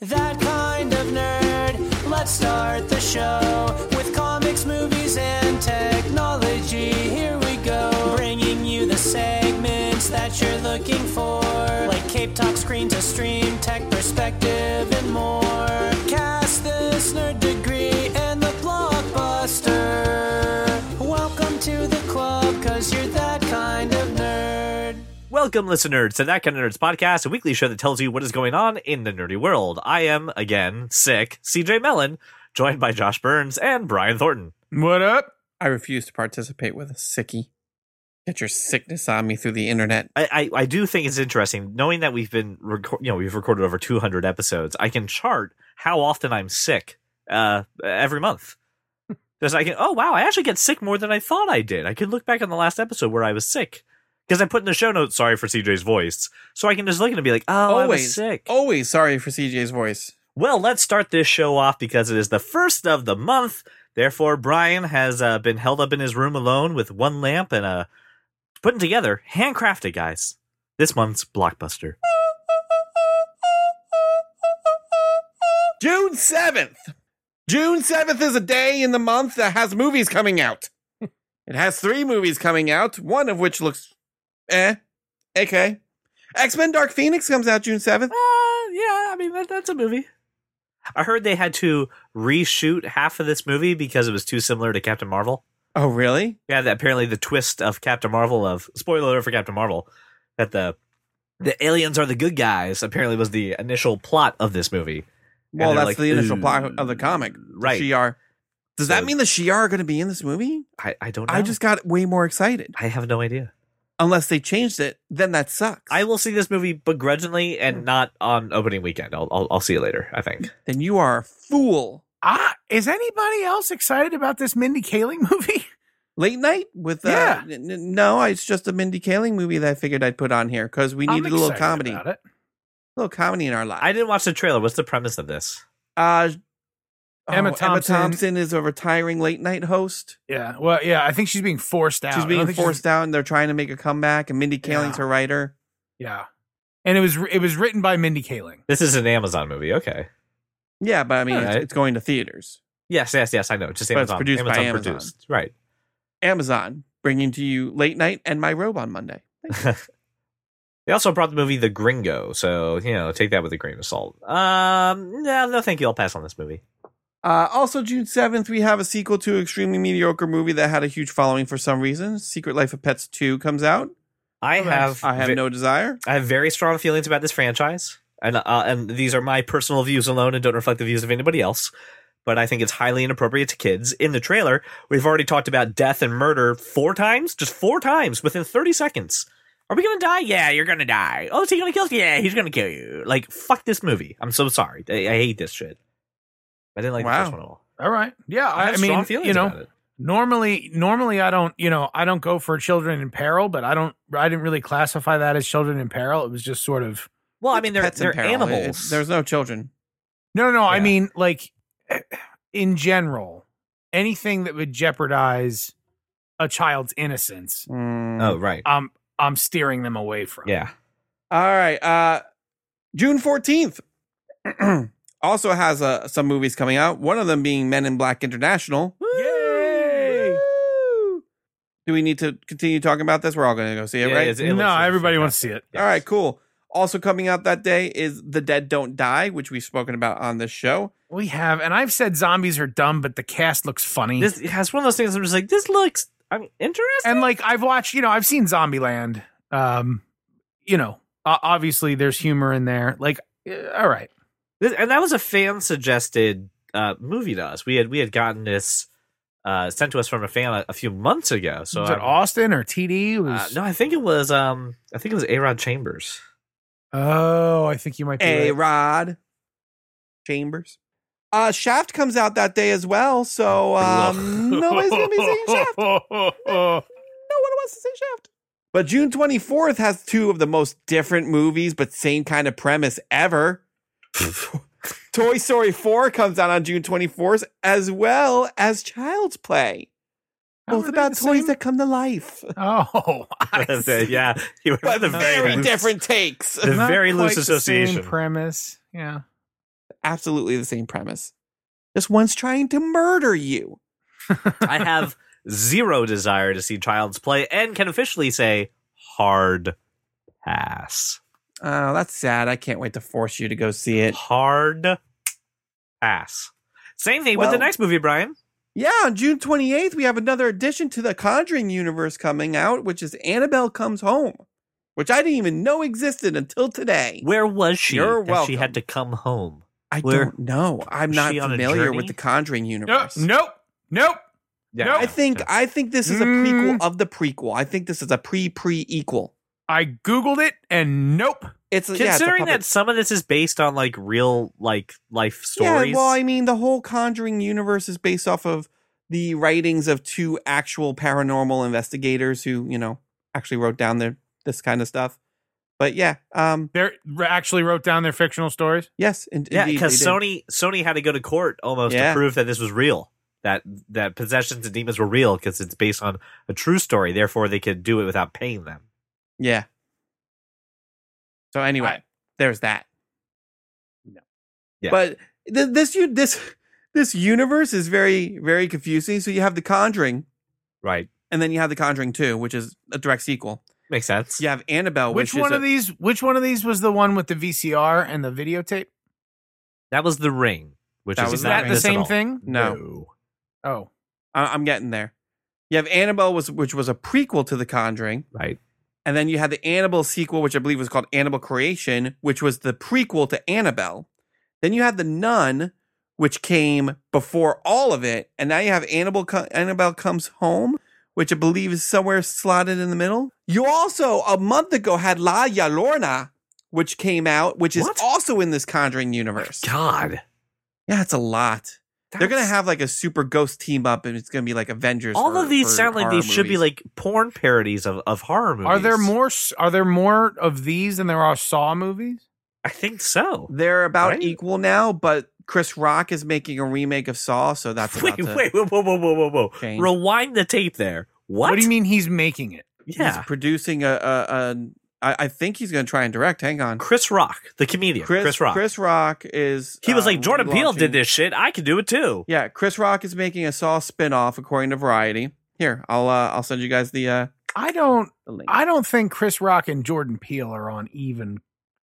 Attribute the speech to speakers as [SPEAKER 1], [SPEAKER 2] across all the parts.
[SPEAKER 1] That kind of nerd. Let's start the show with comics, movies, and technology. Here we go, bringing you the segments that you're looking for, like Cape Talk, Screen to Stream, Tech Perspective, and more. Cast this nerd degree and the blockbuster. Welcome to the club, cause you're that kind of nerd.
[SPEAKER 2] Welcome, listeners, to That Kind of Nerds podcast, a weekly show that tells you what is going on in the nerdy world. I am, again, sick, CJ Mellon, joined by Josh Burns and Brian Thornton.
[SPEAKER 3] What up? I refuse to participate with a sickie. Get your sickness on me through the internet.
[SPEAKER 2] I, I, I do think it's interesting, knowing that we've been, reco- you know, we've recorded over 200 episodes, I can chart how often I'm sick uh, every month. Because I can, oh, wow, I actually get sick more than I thought I did. I can look back on the last episode where I was sick. Because I put in the show notes, sorry for CJ's voice. So I can just look at it and be like, oh, I was sick.
[SPEAKER 3] always sorry for CJ's voice.
[SPEAKER 2] Well, let's start this show off because it is the first of the month. Therefore, Brian has uh, been held up in his room alone with one lamp and uh, putting together, handcrafted, guys, this month's blockbuster.
[SPEAKER 3] June 7th. June 7th is a day in the month that has movies coming out. it has three movies coming out, one of which looks eh. Okay. X Men Dark Phoenix comes out June 7th.
[SPEAKER 2] Uh, yeah, I mean, that, that's a movie. I heard they had to reshoot half of this movie because it was too similar to Captain Marvel.
[SPEAKER 3] Oh, really?
[SPEAKER 2] Yeah, that apparently the twist of Captain Marvel of spoiler alert for Captain Marvel that the the aliens are the good guys apparently was the initial plot of this movie. And
[SPEAKER 3] Well,
[SPEAKER 2] they're
[SPEAKER 3] that's
[SPEAKER 2] like,
[SPEAKER 3] the initial
[SPEAKER 2] "Ooh."
[SPEAKER 3] plot of the comic. uh,
[SPEAKER 2] Right.
[SPEAKER 3] Shiar. Does that
[SPEAKER 2] So-
[SPEAKER 3] mean the Shiar are going to be in this movie?
[SPEAKER 2] I, I don't know.
[SPEAKER 3] I just got way more excited.
[SPEAKER 2] I have no idea.
[SPEAKER 3] Unless they changed it, then that sucks.
[SPEAKER 2] I will see this movie begrudgingly and not on opening weekend. I'll I'll, I'll see you later. I think.
[SPEAKER 3] then you are a fool.
[SPEAKER 4] Ah, is anybody else excited about this Mindy Kaling movie?
[SPEAKER 3] Late night with uh,
[SPEAKER 4] Yeah.
[SPEAKER 3] n- n- no, it's just a Mindy Kaling movie that I figured I'd put on here because we
[SPEAKER 4] I'm
[SPEAKER 3] needed a little
[SPEAKER 4] excited
[SPEAKER 3] comedy,
[SPEAKER 4] about
[SPEAKER 3] a
[SPEAKER 4] it.
[SPEAKER 3] little comedy in our life.
[SPEAKER 2] I didn't watch the trailer. What's the premise of this?
[SPEAKER 3] Uh,
[SPEAKER 4] Emma Thompson.
[SPEAKER 3] Thompson is a retiring late night host.
[SPEAKER 4] Yeah, well, yeah, I think she's being forced out. I
[SPEAKER 3] She's
[SPEAKER 4] don't
[SPEAKER 3] being
[SPEAKER 4] think
[SPEAKER 3] forced out, and they're trying to make a comeback. And Mindy Kaling's
[SPEAKER 4] Yeah.
[SPEAKER 3] her writer.
[SPEAKER 4] Yeah, and it was it was written by Mindy Kaling.
[SPEAKER 2] This is an Amazon movie. Okay.
[SPEAKER 3] Yeah, but I mean, it's,
[SPEAKER 2] Alright.
[SPEAKER 3] it's going to theaters.
[SPEAKER 2] Yes, yes, yes. I know. Just
[SPEAKER 3] But
[SPEAKER 2] Amazon.
[SPEAKER 3] it's produced by
[SPEAKER 2] Amazon
[SPEAKER 3] Amazon.
[SPEAKER 2] produced. Right.
[SPEAKER 3] Amazon bringing to you late night and my robe on Monday.
[SPEAKER 2] They also brought the movie The Gringo, so you know, take that with a grain of salt. Um, no, no, thank you. I'll pass on this movie.
[SPEAKER 3] Uh, also, June 7th, we have a sequel to an extremely mediocre movie that had a huge following for some reason. Secret Life of Pets 2 comes out.
[SPEAKER 2] I
[SPEAKER 4] Okay.
[SPEAKER 2] have,
[SPEAKER 3] I have
[SPEAKER 2] ve-
[SPEAKER 3] no desire.
[SPEAKER 2] I have very strong feelings about this franchise, and uh, and these are my personal views alone, and don't reflect the views of anybody else. But I think it's highly inappropriate to kids. In the trailer, we've already talked about death and murder four times, just four times within thirty seconds. Are we gonna die? Yeah, you're gonna die. Oh, is he gonna kill us? Yeah, he's gonna kill you. Like, fuck this movie. I'm so sorry. I, I hate this shit. I didn't like the
[SPEAKER 3] Wow.
[SPEAKER 2] first one at all.
[SPEAKER 4] All right, yeah,
[SPEAKER 2] I
[SPEAKER 4] I,
[SPEAKER 2] have
[SPEAKER 4] I mean,
[SPEAKER 2] strong feelings
[SPEAKER 4] you know,
[SPEAKER 2] about it.
[SPEAKER 4] normally normally I don't you know I don't go for children in peril, but I don't I didn't really classify that as children in peril. It was just sort of
[SPEAKER 2] Well, I mean, they're
[SPEAKER 3] Pets in
[SPEAKER 2] they're
[SPEAKER 3] peril. It-
[SPEAKER 2] animals.
[SPEAKER 3] it- there's no children.
[SPEAKER 4] no no no. I
[SPEAKER 2] Yeah.
[SPEAKER 4] mean like in general, anything that would jeopardize a child's innocence,
[SPEAKER 3] Mm.
[SPEAKER 2] oh right,
[SPEAKER 4] I'm I'm steering them away from.
[SPEAKER 2] yeah.
[SPEAKER 3] All right. Uh, June 14th also has uh, some movies coming out, one of them being Men in Black International.
[SPEAKER 4] Yay!
[SPEAKER 3] Do we need to continue talking about this? We're all going to go see it,
[SPEAKER 2] Yeah,
[SPEAKER 3] right?
[SPEAKER 2] it's- it
[SPEAKER 4] no,
[SPEAKER 2] looks-
[SPEAKER 4] everybody
[SPEAKER 2] yeah.
[SPEAKER 4] wants to see it.
[SPEAKER 2] Yes.
[SPEAKER 3] All right, cool. Also coming out that day is The Dead Don't Die, which we've spoken about on this show.
[SPEAKER 4] We have, and I've said zombies are dumb, but the cast looks funny.
[SPEAKER 2] This has one of those things. I'm just like, this looks. I'm interesting.
[SPEAKER 4] and like I've watched, you know, I've seen Zombieland. Um, you know, o- obviously there's humor in there. Like, eh, all right,
[SPEAKER 2] This, and that was a fan suggested uh, movie to us. We had we had gotten this uh, sent to us from a fan a, a few months ago. So
[SPEAKER 4] was it
[SPEAKER 2] I'm-
[SPEAKER 4] Austin or TD? It
[SPEAKER 2] uh,
[SPEAKER 4] Was
[SPEAKER 2] no, I think it was um I think it was A Rod Chambers.
[SPEAKER 4] oh, I think you might be.
[SPEAKER 3] A
[SPEAKER 4] right.
[SPEAKER 3] Rod Chambers. Uh, Shaft comes out that day as well, so um, nobody's going to be seeing Shaft. no one wants to see Shaft. But June 24th has two of the most different movies, but same kind of premise ever. Toy Story 4 comes out on June 24th, as well as Child's Play.
[SPEAKER 4] How
[SPEAKER 3] Both
[SPEAKER 4] are they
[SPEAKER 3] about
[SPEAKER 4] the
[SPEAKER 3] toys
[SPEAKER 4] same?
[SPEAKER 3] that come to life,
[SPEAKER 4] Oh, I see.
[SPEAKER 2] yeah, he went
[SPEAKER 3] but
[SPEAKER 2] with a
[SPEAKER 3] very
[SPEAKER 2] loose-
[SPEAKER 3] different takes.
[SPEAKER 2] The
[SPEAKER 4] Not
[SPEAKER 2] very loose
[SPEAKER 4] quite the same
[SPEAKER 2] association.
[SPEAKER 4] premise. Yeah.
[SPEAKER 3] absolutely the same premise. This one's trying to murder you.
[SPEAKER 2] I have zero desire to see Child's Play and can officially say hard pass.
[SPEAKER 3] Oh, that's sad. I can't wait to force you to go see it.
[SPEAKER 2] Hard pass. Same thing with
[SPEAKER 3] Well-
[SPEAKER 2] the next movie, Brian.
[SPEAKER 3] Yeah, on June 28th, we have another addition to the Conjuring universe coming out, which is Annabelle Comes Home, which I didn't even know existed until today.
[SPEAKER 2] Where was she?
[SPEAKER 3] You're
[SPEAKER 2] that She
[SPEAKER 3] welcome.
[SPEAKER 2] had to come home.
[SPEAKER 3] I
[SPEAKER 2] Where-
[SPEAKER 3] don't know. I'm
[SPEAKER 2] was
[SPEAKER 3] not
[SPEAKER 2] she on a
[SPEAKER 3] familiar
[SPEAKER 2] journey?
[SPEAKER 3] with the Conjuring
[SPEAKER 4] Nope.
[SPEAKER 3] universe.
[SPEAKER 4] Nope. Nope. Nope.
[SPEAKER 3] I think I think this is a
[SPEAKER 4] Mm.
[SPEAKER 3] prequel of the prequel. I think this is a pre pre equal.
[SPEAKER 4] I Googled it and nope.
[SPEAKER 3] It's yeah, it's a
[SPEAKER 2] Considering
[SPEAKER 3] puppet-
[SPEAKER 2] that some of this is based on like real like life stories.
[SPEAKER 3] Yeah, well, I mean, the whole Conjuring universe is based off of the writings of two actual paranormal investigators who, you know, actually wrote down their this kind of stuff. But yeah, um,
[SPEAKER 4] They actually wrote down their fictional stories.
[SPEAKER 3] yes, in,
[SPEAKER 2] yeah,
[SPEAKER 3] indeed
[SPEAKER 2] because
[SPEAKER 3] they did.
[SPEAKER 2] Sony Sony had to go to court almost
[SPEAKER 3] Yeah.
[SPEAKER 2] to prove that this was real. That that possessions and demons were real because it's based on a true story. Therefore, they could do it without paying them.
[SPEAKER 3] Yeah. So anyway,
[SPEAKER 4] I-
[SPEAKER 3] there's that. No.
[SPEAKER 2] Yeah.
[SPEAKER 3] But th- this you this this universe is very very confusing. So you have The Conjuring,
[SPEAKER 2] Right?
[SPEAKER 3] and then you have The Conjuring Two, which is a direct sequel.
[SPEAKER 2] Makes sense.
[SPEAKER 3] You have Annabelle,
[SPEAKER 4] which
[SPEAKER 3] which,
[SPEAKER 4] one
[SPEAKER 3] is
[SPEAKER 4] of these? Which one of these was the one with the VCR and the videotape?
[SPEAKER 2] That was the ring. Which
[SPEAKER 3] That
[SPEAKER 2] is
[SPEAKER 3] was
[SPEAKER 2] not
[SPEAKER 3] The
[SPEAKER 4] that
[SPEAKER 3] Ring.
[SPEAKER 4] the
[SPEAKER 2] this at
[SPEAKER 4] same
[SPEAKER 2] all.
[SPEAKER 4] thing?
[SPEAKER 3] No.
[SPEAKER 4] Oh,
[SPEAKER 3] I- I'm getting there. You have Annabelle, was which was a prequel to The Conjuring,
[SPEAKER 2] Right.
[SPEAKER 3] and then you had the Annabelle sequel, which I believe was called Annabelle Creation, which was the prequel to Annabelle. Then you had the Nun, which came before all of it, and now you have Annabelle, Co- Annabelle comes home, which I believe is somewhere slotted in the middle. You also a month ago had La Llorona, which came out, which is
[SPEAKER 2] What?
[SPEAKER 3] also in this Conjuring universe.
[SPEAKER 2] God.
[SPEAKER 3] Yeah, it's a lot. They're gonna
[SPEAKER 2] That's-
[SPEAKER 3] have like a super ghost team up, and it's gonna be like Avengers.
[SPEAKER 2] all
[SPEAKER 3] for-
[SPEAKER 2] of these
[SPEAKER 3] for
[SPEAKER 2] sound like
[SPEAKER 3] horror
[SPEAKER 2] these should be
[SPEAKER 3] movies.
[SPEAKER 2] like porn parodies of, of horror movies.
[SPEAKER 4] are there more? s- Are there more of these than there are Saw movies?
[SPEAKER 2] I think so.
[SPEAKER 3] they're about
[SPEAKER 2] Right?
[SPEAKER 3] equal now, but Chris Rock is making a remake of Saw, so that's about
[SPEAKER 2] wait,
[SPEAKER 3] to
[SPEAKER 2] wait, whoa, whoa, whoa, whoa, whoa, whoa!
[SPEAKER 3] change.
[SPEAKER 2] Rewind the tape there. What?
[SPEAKER 4] do you mean he's making it?
[SPEAKER 2] Yeah,
[SPEAKER 3] He's producing a, a, a I, I think he's gonna try and direct. Hang on,
[SPEAKER 2] Chris Rock, the comedian. Chris, Rock.
[SPEAKER 3] Chris Rock is.
[SPEAKER 2] he was
[SPEAKER 3] uh,
[SPEAKER 2] like Jordan Peele
[SPEAKER 3] relaunching-
[SPEAKER 2] did this shit. I can do it too.
[SPEAKER 3] Yeah, Chris Rock is making a Saw spinoff, according to Variety. Here, I'll uh, I'll send you guys the uh,
[SPEAKER 4] I don't.
[SPEAKER 3] the link.
[SPEAKER 4] I don't think Chris Rock and Jordan Peele are on even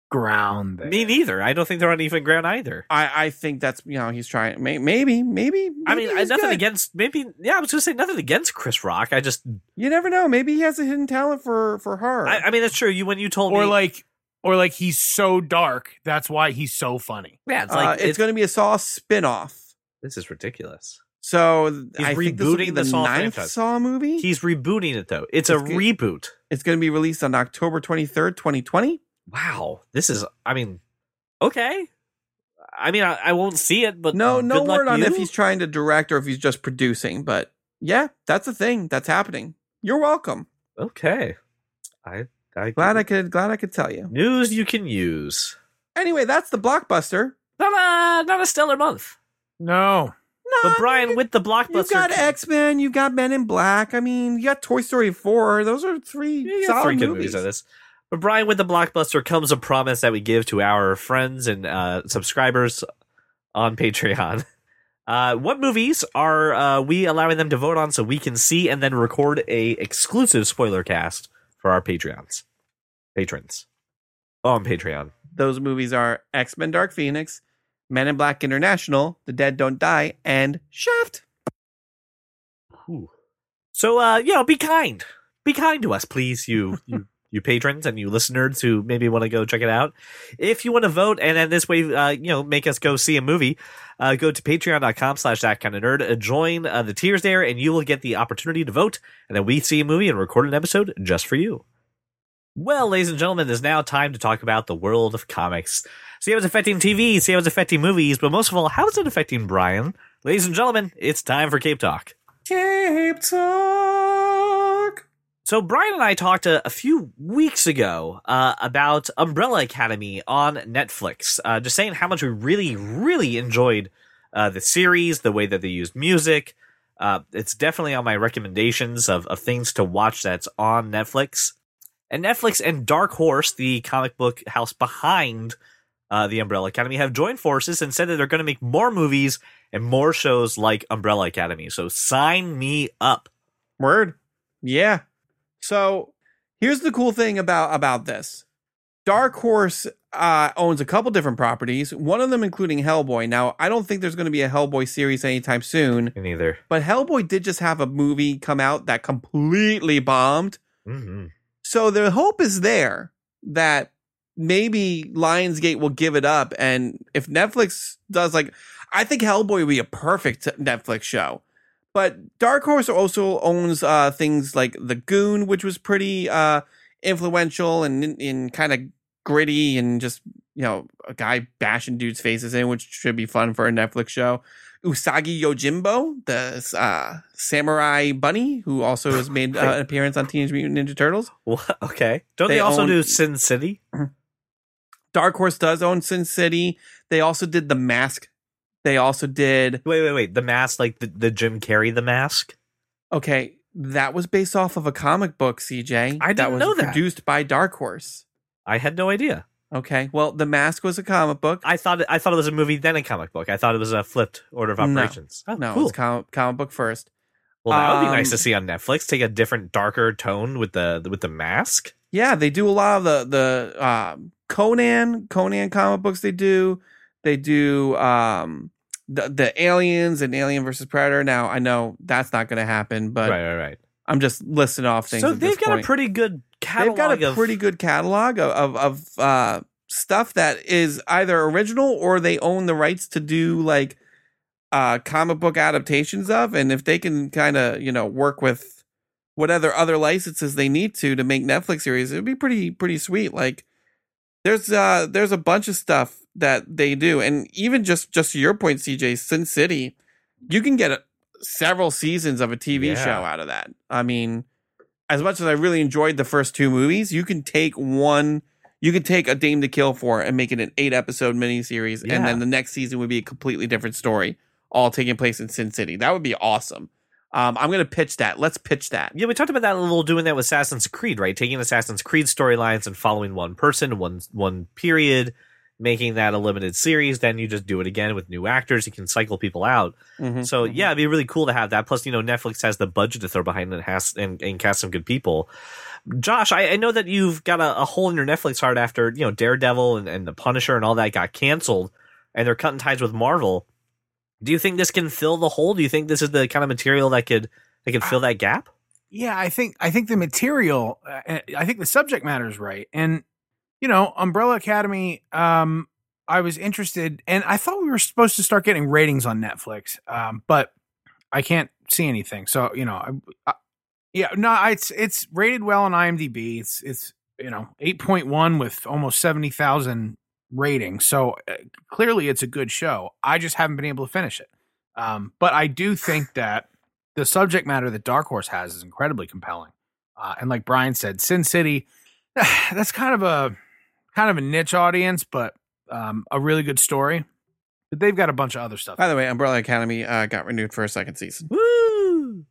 [SPEAKER 4] ground. There.
[SPEAKER 2] Me neither. I don't think they're on even ground either.
[SPEAKER 3] I, I think that's you know he's trying may, maybe maybe,
[SPEAKER 2] I mean,
[SPEAKER 3] maybe
[SPEAKER 2] I-
[SPEAKER 3] he's
[SPEAKER 2] nothing
[SPEAKER 3] good.
[SPEAKER 2] against maybe. Yeah, I was gonna say nothing against Chris Rock. I just,
[SPEAKER 3] you never know maybe he has a hidden talent for for her
[SPEAKER 2] I, I mean, that's true. You when you told
[SPEAKER 4] or
[SPEAKER 2] me,
[SPEAKER 4] like, or like he's so dark. That's why he's so funny.
[SPEAKER 2] yeah, it's
[SPEAKER 3] Uh,
[SPEAKER 2] like
[SPEAKER 3] it's,
[SPEAKER 2] it's-
[SPEAKER 3] going to be a Saw spinoff.
[SPEAKER 2] this is ridiculous.
[SPEAKER 3] So th-
[SPEAKER 2] He's
[SPEAKER 3] I think this will be
[SPEAKER 2] rebooting
[SPEAKER 3] the,
[SPEAKER 2] the Saw
[SPEAKER 3] ninth
[SPEAKER 2] franchise.
[SPEAKER 3] Saw movie.
[SPEAKER 2] He's rebooting it though. It's, a
[SPEAKER 3] It's good.
[SPEAKER 2] reboot.
[SPEAKER 3] it's going to be released on October twenty third, twenty twenty.
[SPEAKER 2] Wow, this is. I mean, okay. I mean, I, I won't see it, but
[SPEAKER 3] No, no
[SPEAKER 2] good luck
[SPEAKER 3] word on
[SPEAKER 2] you.
[SPEAKER 3] if he's trying to direct or if he's just producing. But yeah, that's a thing that's happening. You're welcome.
[SPEAKER 2] okay. I, I
[SPEAKER 3] Glad I could. Glad I could tell you.
[SPEAKER 2] news you can use.
[SPEAKER 3] Anyway, that's the blockbuster.
[SPEAKER 2] Not a not a stellar month,
[SPEAKER 4] No,
[SPEAKER 3] No,
[SPEAKER 2] but Brian with the blockbuster.
[SPEAKER 3] You've got X Men, you've got Men in Black. I mean, you got Toy Story 4. Those are three
[SPEAKER 2] You got three
[SPEAKER 3] solid
[SPEAKER 2] good
[SPEAKER 3] movies.
[SPEAKER 2] movies on this. But Brian, with the blockbuster comes a promise that we give to our friends and uh, subscribers on Patreon. Uh, what movies are uh, we allowing them to vote on so we can see and then record a exclusive spoiler cast for our Patreons, patrons on Patreon?
[SPEAKER 3] Those movies are X Men Dark Phoenix, Men in Black International, The Dead Don't Die, and Shaft.
[SPEAKER 2] So, uh, you know, be kind, be kind to us, please, you you you patrons and you listeners who maybe want to go check it out. If you want to vote, and then this way, uh, you know, make us go see a movie, uh, go to Patreon.com/slash That Kind of Nerd, uh, join uh, the tiers there, and you will get the opportunity to vote, and then we see a movie and record an episode just for you. Well, ladies and gentlemen, it is now time to talk about the world of comics. See how it's affecting TV, see how it's affecting movies, but most of all, how is it affecting Brian? Ladies and gentlemen, it's time for Cape Talk.
[SPEAKER 3] Cape Talk.
[SPEAKER 2] So Brian and I talked a, a few weeks ago uh, about Umbrella Academy on Netflix. Uh, just saying how much we really, really enjoyed uh, the series, the way that they used music. Uh, it's definitely on my recommendations of, of things to watch that's on Netflix. And Netflix and Dark Horse, the comic book house behind uh, the Umbrella Academy have joined forces and said that they're going to make more movies and more shows like Umbrella Academy. So sign me up.
[SPEAKER 3] Word. Yeah. So here's the cool thing about about this. Dark Horse uh, owns a couple different properties, one of them including Hellboy. Now, I don't think there's going to be a Hellboy series anytime soon,
[SPEAKER 2] Me neither.
[SPEAKER 3] but Hellboy did just have a movie come out that completely bombed.
[SPEAKER 2] hmm
[SPEAKER 3] So the hope is there that maybe Lionsgate will give it up. And if Netflix does, like, I think Hellboy would be a perfect Netflix show. But Dark Horse also owns uh, things like The Goon, which was pretty uh, influential and, and kind of gritty and just, you know, a guy bashing dudes' faces in, which should be fun for a Netflix show. Usagi Yojimbo, the uh, samurai bunny, who also has made uh, an appearance on Teenage Mutant Ninja Turtles.
[SPEAKER 2] What? Okay. Don't
[SPEAKER 3] They
[SPEAKER 2] they, also
[SPEAKER 3] own-
[SPEAKER 2] do Sin City?
[SPEAKER 3] Dark Horse does own Sin City. They also did The Mask. They also did
[SPEAKER 2] Wait, wait, wait. The mask, like the, the Jim Carrey, the mask.
[SPEAKER 3] okay. That was based off of a comic book, CJ.
[SPEAKER 2] I
[SPEAKER 3] that
[SPEAKER 2] didn't
[SPEAKER 3] was
[SPEAKER 2] know that.
[SPEAKER 3] produced by Dark Horse.
[SPEAKER 2] I had no idea.
[SPEAKER 3] Okay, well, The Mask was a comic book.
[SPEAKER 2] I thought it, I thought it was a movie, then a comic book. I thought it was a flipped order of
[SPEAKER 3] No.
[SPEAKER 2] operations. Oh,
[SPEAKER 3] no,
[SPEAKER 2] cool.
[SPEAKER 3] it's comic comic book first.
[SPEAKER 2] well, that would be
[SPEAKER 3] um,
[SPEAKER 2] nice to see on Netflix. Take a different, darker tone with the with the mask.
[SPEAKER 3] Yeah, they do a lot of the the um Conan Conan comic books. They do they do um the the aliens and Alien versus Predator. Now I know that's not going to happen, but
[SPEAKER 2] right, right, right.
[SPEAKER 3] I'm just listing off things.
[SPEAKER 2] So
[SPEAKER 3] at this
[SPEAKER 2] they've got
[SPEAKER 3] point.
[SPEAKER 2] a pretty good
[SPEAKER 3] they've
[SPEAKER 2] catalog.
[SPEAKER 3] got a
[SPEAKER 2] of,
[SPEAKER 3] pretty good catalog of of, of uh, stuff that is either original or they own the rights to do like uh, comic book adaptations of, and if they can kind of you know work with whatever other licenses they need to to make Netflix series, it'd be pretty pretty sweet. Like there's uh there's a bunch of stuff that they do, and even just just to your point, CJ, Sin City, you can get a, several seasons of a TV
[SPEAKER 2] Yeah.
[SPEAKER 3] show out of that. I mean as much as I really enjoyed the first two movies, you can take one, you can take a Dame to Kill for and make it an eight episode miniseries,
[SPEAKER 2] Yeah.
[SPEAKER 3] and then the next season would be a completely different story, all taking place in Sin City. That would be awesome. Um, I'm gonna pitch that. Let's pitch that.
[SPEAKER 2] Yeah, we talked about that a little doing that with Assassin's Creed, right? Taking Assassin's Creed storylines and following one person, one one period, making that a limited series. Then you just do it again with new actors. You can cycle people out.
[SPEAKER 3] Mhm.
[SPEAKER 2] So yeah, it'd be really cool to have that. Plus, you know, Netflix has the budget to throw behind it and has and, and cast some good people. Josh, I, I know that you've got a, a hole in your Netflix heart after you know Daredevil and, and the Punisher and all that got canceled, and they're cutting ties with Marvel. Do you think this can fill the hole? Do you think this is the kind of material that could that could fill that gap?
[SPEAKER 4] yeah i think i think the material uh, i think the subject matter is right and you know umbrella academy um i was interested and i thought we were supposed to start getting ratings on netflix um but i can't see anything so you know i, I yeah no I- it's it's rated well on imdb it's it's you know 8.1 with almost 70,000 ratings so uh, clearly it's a good show i just haven't been able to finish it um but i do think that the subject matter that Dark Horse has is incredibly compelling. Uh, and like Brian said, Sin City, that's kind of a kind of a niche audience, but um, a really good story. But they've got a bunch of other stuff.
[SPEAKER 3] By the way, Umbrella Academy uh, got renewed for a second season.
[SPEAKER 2] Woo!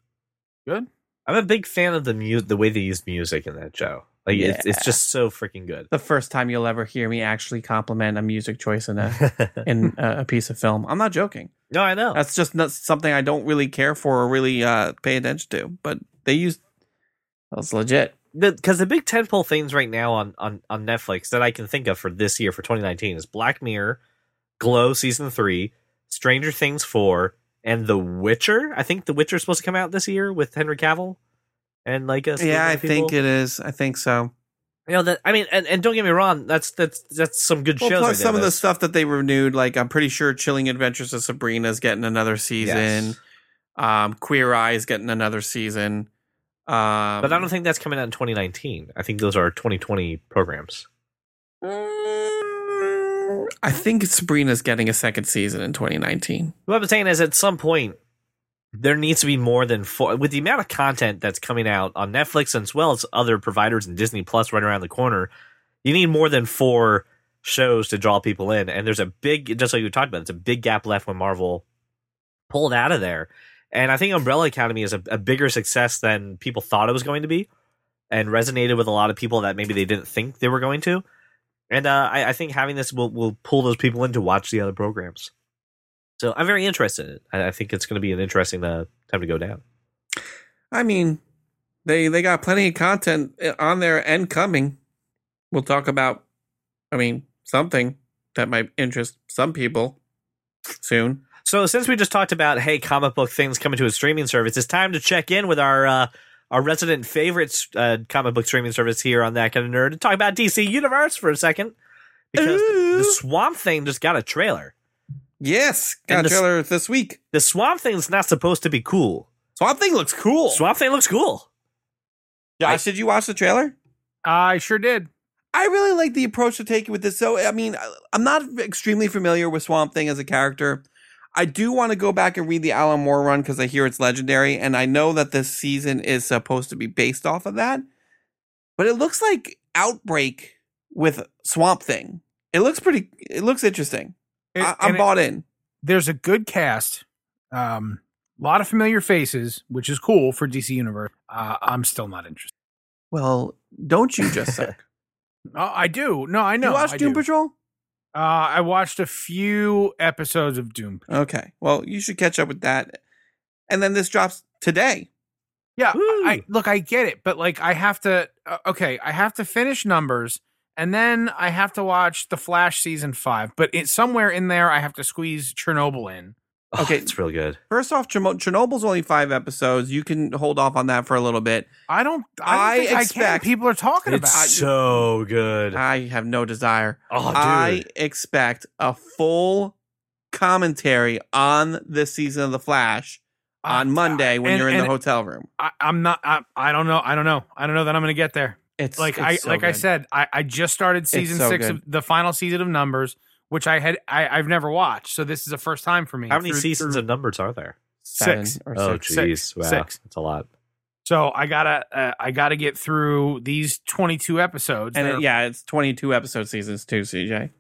[SPEAKER 4] Good.
[SPEAKER 2] I'm a big fan of the mu- the way they use music in that show. Like it's it's just so freaking good.
[SPEAKER 3] The first time you'll ever hear me actually compliment a music choice in a in a, a piece of film. I'm not joking.
[SPEAKER 2] no, I know.
[SPEAKER 3] That's just not something I don't really care for or really uh, pay attention to. But they used that's legit.
[SPEAKER 2] because the, big tentpole things right now on, on on Netflix that I can think of for this year for 2019 is Black Mirror, Glow season three, Stranger Things four, and The Witcher. I think The Witcher is supposed to come out this year with Henry Cavill and like a slew
[SPEAKER 3] Yeah,
[SPEAKER 2] of
[SPEAKER 3] I think
[SPEAKER 2] people.
[SPEAKER 3] it is. I think so.
[SPEAKER 2] you know that I mean, and, and don't get me wrong, that's that's that's some good
[SPEAKER 3] Well,
[SPEAKER 2] shows.
[SPEAKER 3] plus
[SPEAKER 2] right there,
[SPEAKER 3] some of the
[SPEAKER 2] that's-
[SPEAKER 3] stuff that they renewed, like I'm pretty sure Chilling Adventures of Sabrina's getting another season.
[SPEAKER 2] Yes.
[SPEAKER 3] Um, Queer Eye's getting another season. Um,
[SPEAKER 2] But I don't think that's coming out in 2019. I think those are 2020 programs.
[SPEAKER 3] I think Sabrina's getting a second season in 2019.
[SPEAKER 2] What I'm saying is, at some point, there needs to be more than four. With the amount of content that's coming out on Netflix and as well as other providers and Disney Plus right around the corner, you need more than four shows to draw people in. And there's a big, just like you talked about, it's a big gap left when Marvel pulled out of there. And I think Umbrella Academy is a, a bigger success than people thought it was going to be and resonated with a lot of people that maybe they didn't think they were going to. and uh, I, I think having this will will pull those people in to watch the other programs. So I'm very interested in it. I, I think it's going to be an interesting uh, time to go down.
[SPEAKER 3] I mean, they they got plenty of content eh, on there and coming. We'll talk about, I mean, something that might interest some people soon.
[SPEAKER 2] So since we just talked about hey comic book things coming to a streaming service, it's time to check in with our uh, our resident favorite uh, comic book streaming service here on that kind of nerd and talk about DC Universe for a second because the, the Swamp Thing just got a trailer.
[SPEAKER 3] Yes, got
[SPEAKER 2] And
[SPEAKER 3] a
[SPEAKER 2] the s-
[SPEAKER 3] trailer this week.
[SPEAKER 2] The Swamp Thing's not supposed to be cool.
[SPEAKER 3] Swamp Thing looks cool.
[SPEAKER 2] Swamp Thing looks cool.
[SPEAKER 3] Josh, did you watch the trailer?
[SPEAKER 4] I sure did.
[SPEAKER 3] I really like the approach to take with this. So, I mean, I- I'm not extremely familiar with Swamp Thing as a character. I do want to go back and read the Alan Moore run because I hear it's legendary, and I know that this season is supposed to be based off of that. But it looks like Outbreak with Swamp Thing. It looks pretty. It looks interesting.
[SPEAKER 4] It-
[SPEAKER 3] I, I'm
[SPEAKER 4] and it-
[SPEAKER 3] bought in.
[SPEAKER 4] there's a good cast, um, a lot of familiar faces, which is cool for DC Universe. Uh, I'm still not interested.
[SPEAKER 3] Well, don't you just suck?
[SPEAKER 4] Oh, I do. No, I know.
[SPEAKER 3] you watch
[SPEAKER 4] I
[SPEAKER 3] Doom
[SPEAKER 4] do.
[SPEAKER 3] Patrol?
[SPEAKER 4] Uh, I watched a few episodes of Doom.
[SPEAKER 3] Okay. Well, you should catch up with that. And then this drops today.
[SPEAKER 4] Yeah,
[SPEAKER 2] Woo.
[SPEAKER 4] I, look, I get it, but like, I have to. Uh, okay, I have to finish numbers, and then I have to watch the Flash season five. But it's somewhere in there, I have to squeeze Chernobyl in.
[SPEAKER 3] Okay.
[SPEAKER 2] Oh, it's real good.
[SPEAKER 3] First off, Cherno- Chernobyl's only five episodes. You can hold off on that for a little bit.
[SPEAKER 4] I don't. I,
[SPEAKER 3] I
[SPEAKER 4] don't think I can.
[SPEAKER 3] expect-
[SPEAKER 4] People are talking
[SPEAKER 2] It's
[SPEAKER 4] about. it.
[SPEAKER 2] so good.
[SPEAKER 3] I have no desire.
[SPEAKER 2] Oh, dude.
[SPEAKER 3] I expect a full commentary on this season of The Flash on Monday when
[SPEAKER 4] Ah, And-
[SPEAKER 3] you're in
[SPEAKER 4] and
[SPEAKER 3] the hotel room.
[SPEAKER 4] I, I'm not. I, I don't know. I don't know. I don't know that I'm going to get there.
[SPEAKER 3] It's
[SPEAKER 4] like
[SPEAKER 3] it's
[SPEAKER 4] I
[SPEAKER 3] so
[SPEAKER 4] like I
[SPEAKER 3] good.
[SPEAKER 4] said, I, I just started season
[SPEAKER 3] so
[SPEAKER 4] six
[SPEAKER 3] good.
[SPEAKER 4] of the final season of Numbers, which I had I, I've never watched, so this is the first time for me.
[SPEAKER 2] How many
[SPEAKER 4] Through-
[SPEAKER 2] seasons
[SPEAKER 4] through-
[SPEAKER 2] of numbers are there?
[SPEAKER 3] Seven
[SPEAKER 4] six.
[SPEAKER 3] or
[SPEAKER 2] Oh,
[SPEAKER 3] six.
[SPEAKER 4] six,
[SPEAKER 2] jeez, wow,
[SPEAKER 4] six.
[SPEAKER 2] that's a lot.
[SPEAKER 4] so I gotta uh, I gotta get through these twenty two episodes.
[SPEAKER 3] and
[SPEAKER 4] that
[SPEAKER 3] it,
[SPEAKER 4] are-
[SPEAKER 3] yeah, it's 22 episode seasons too, CJ,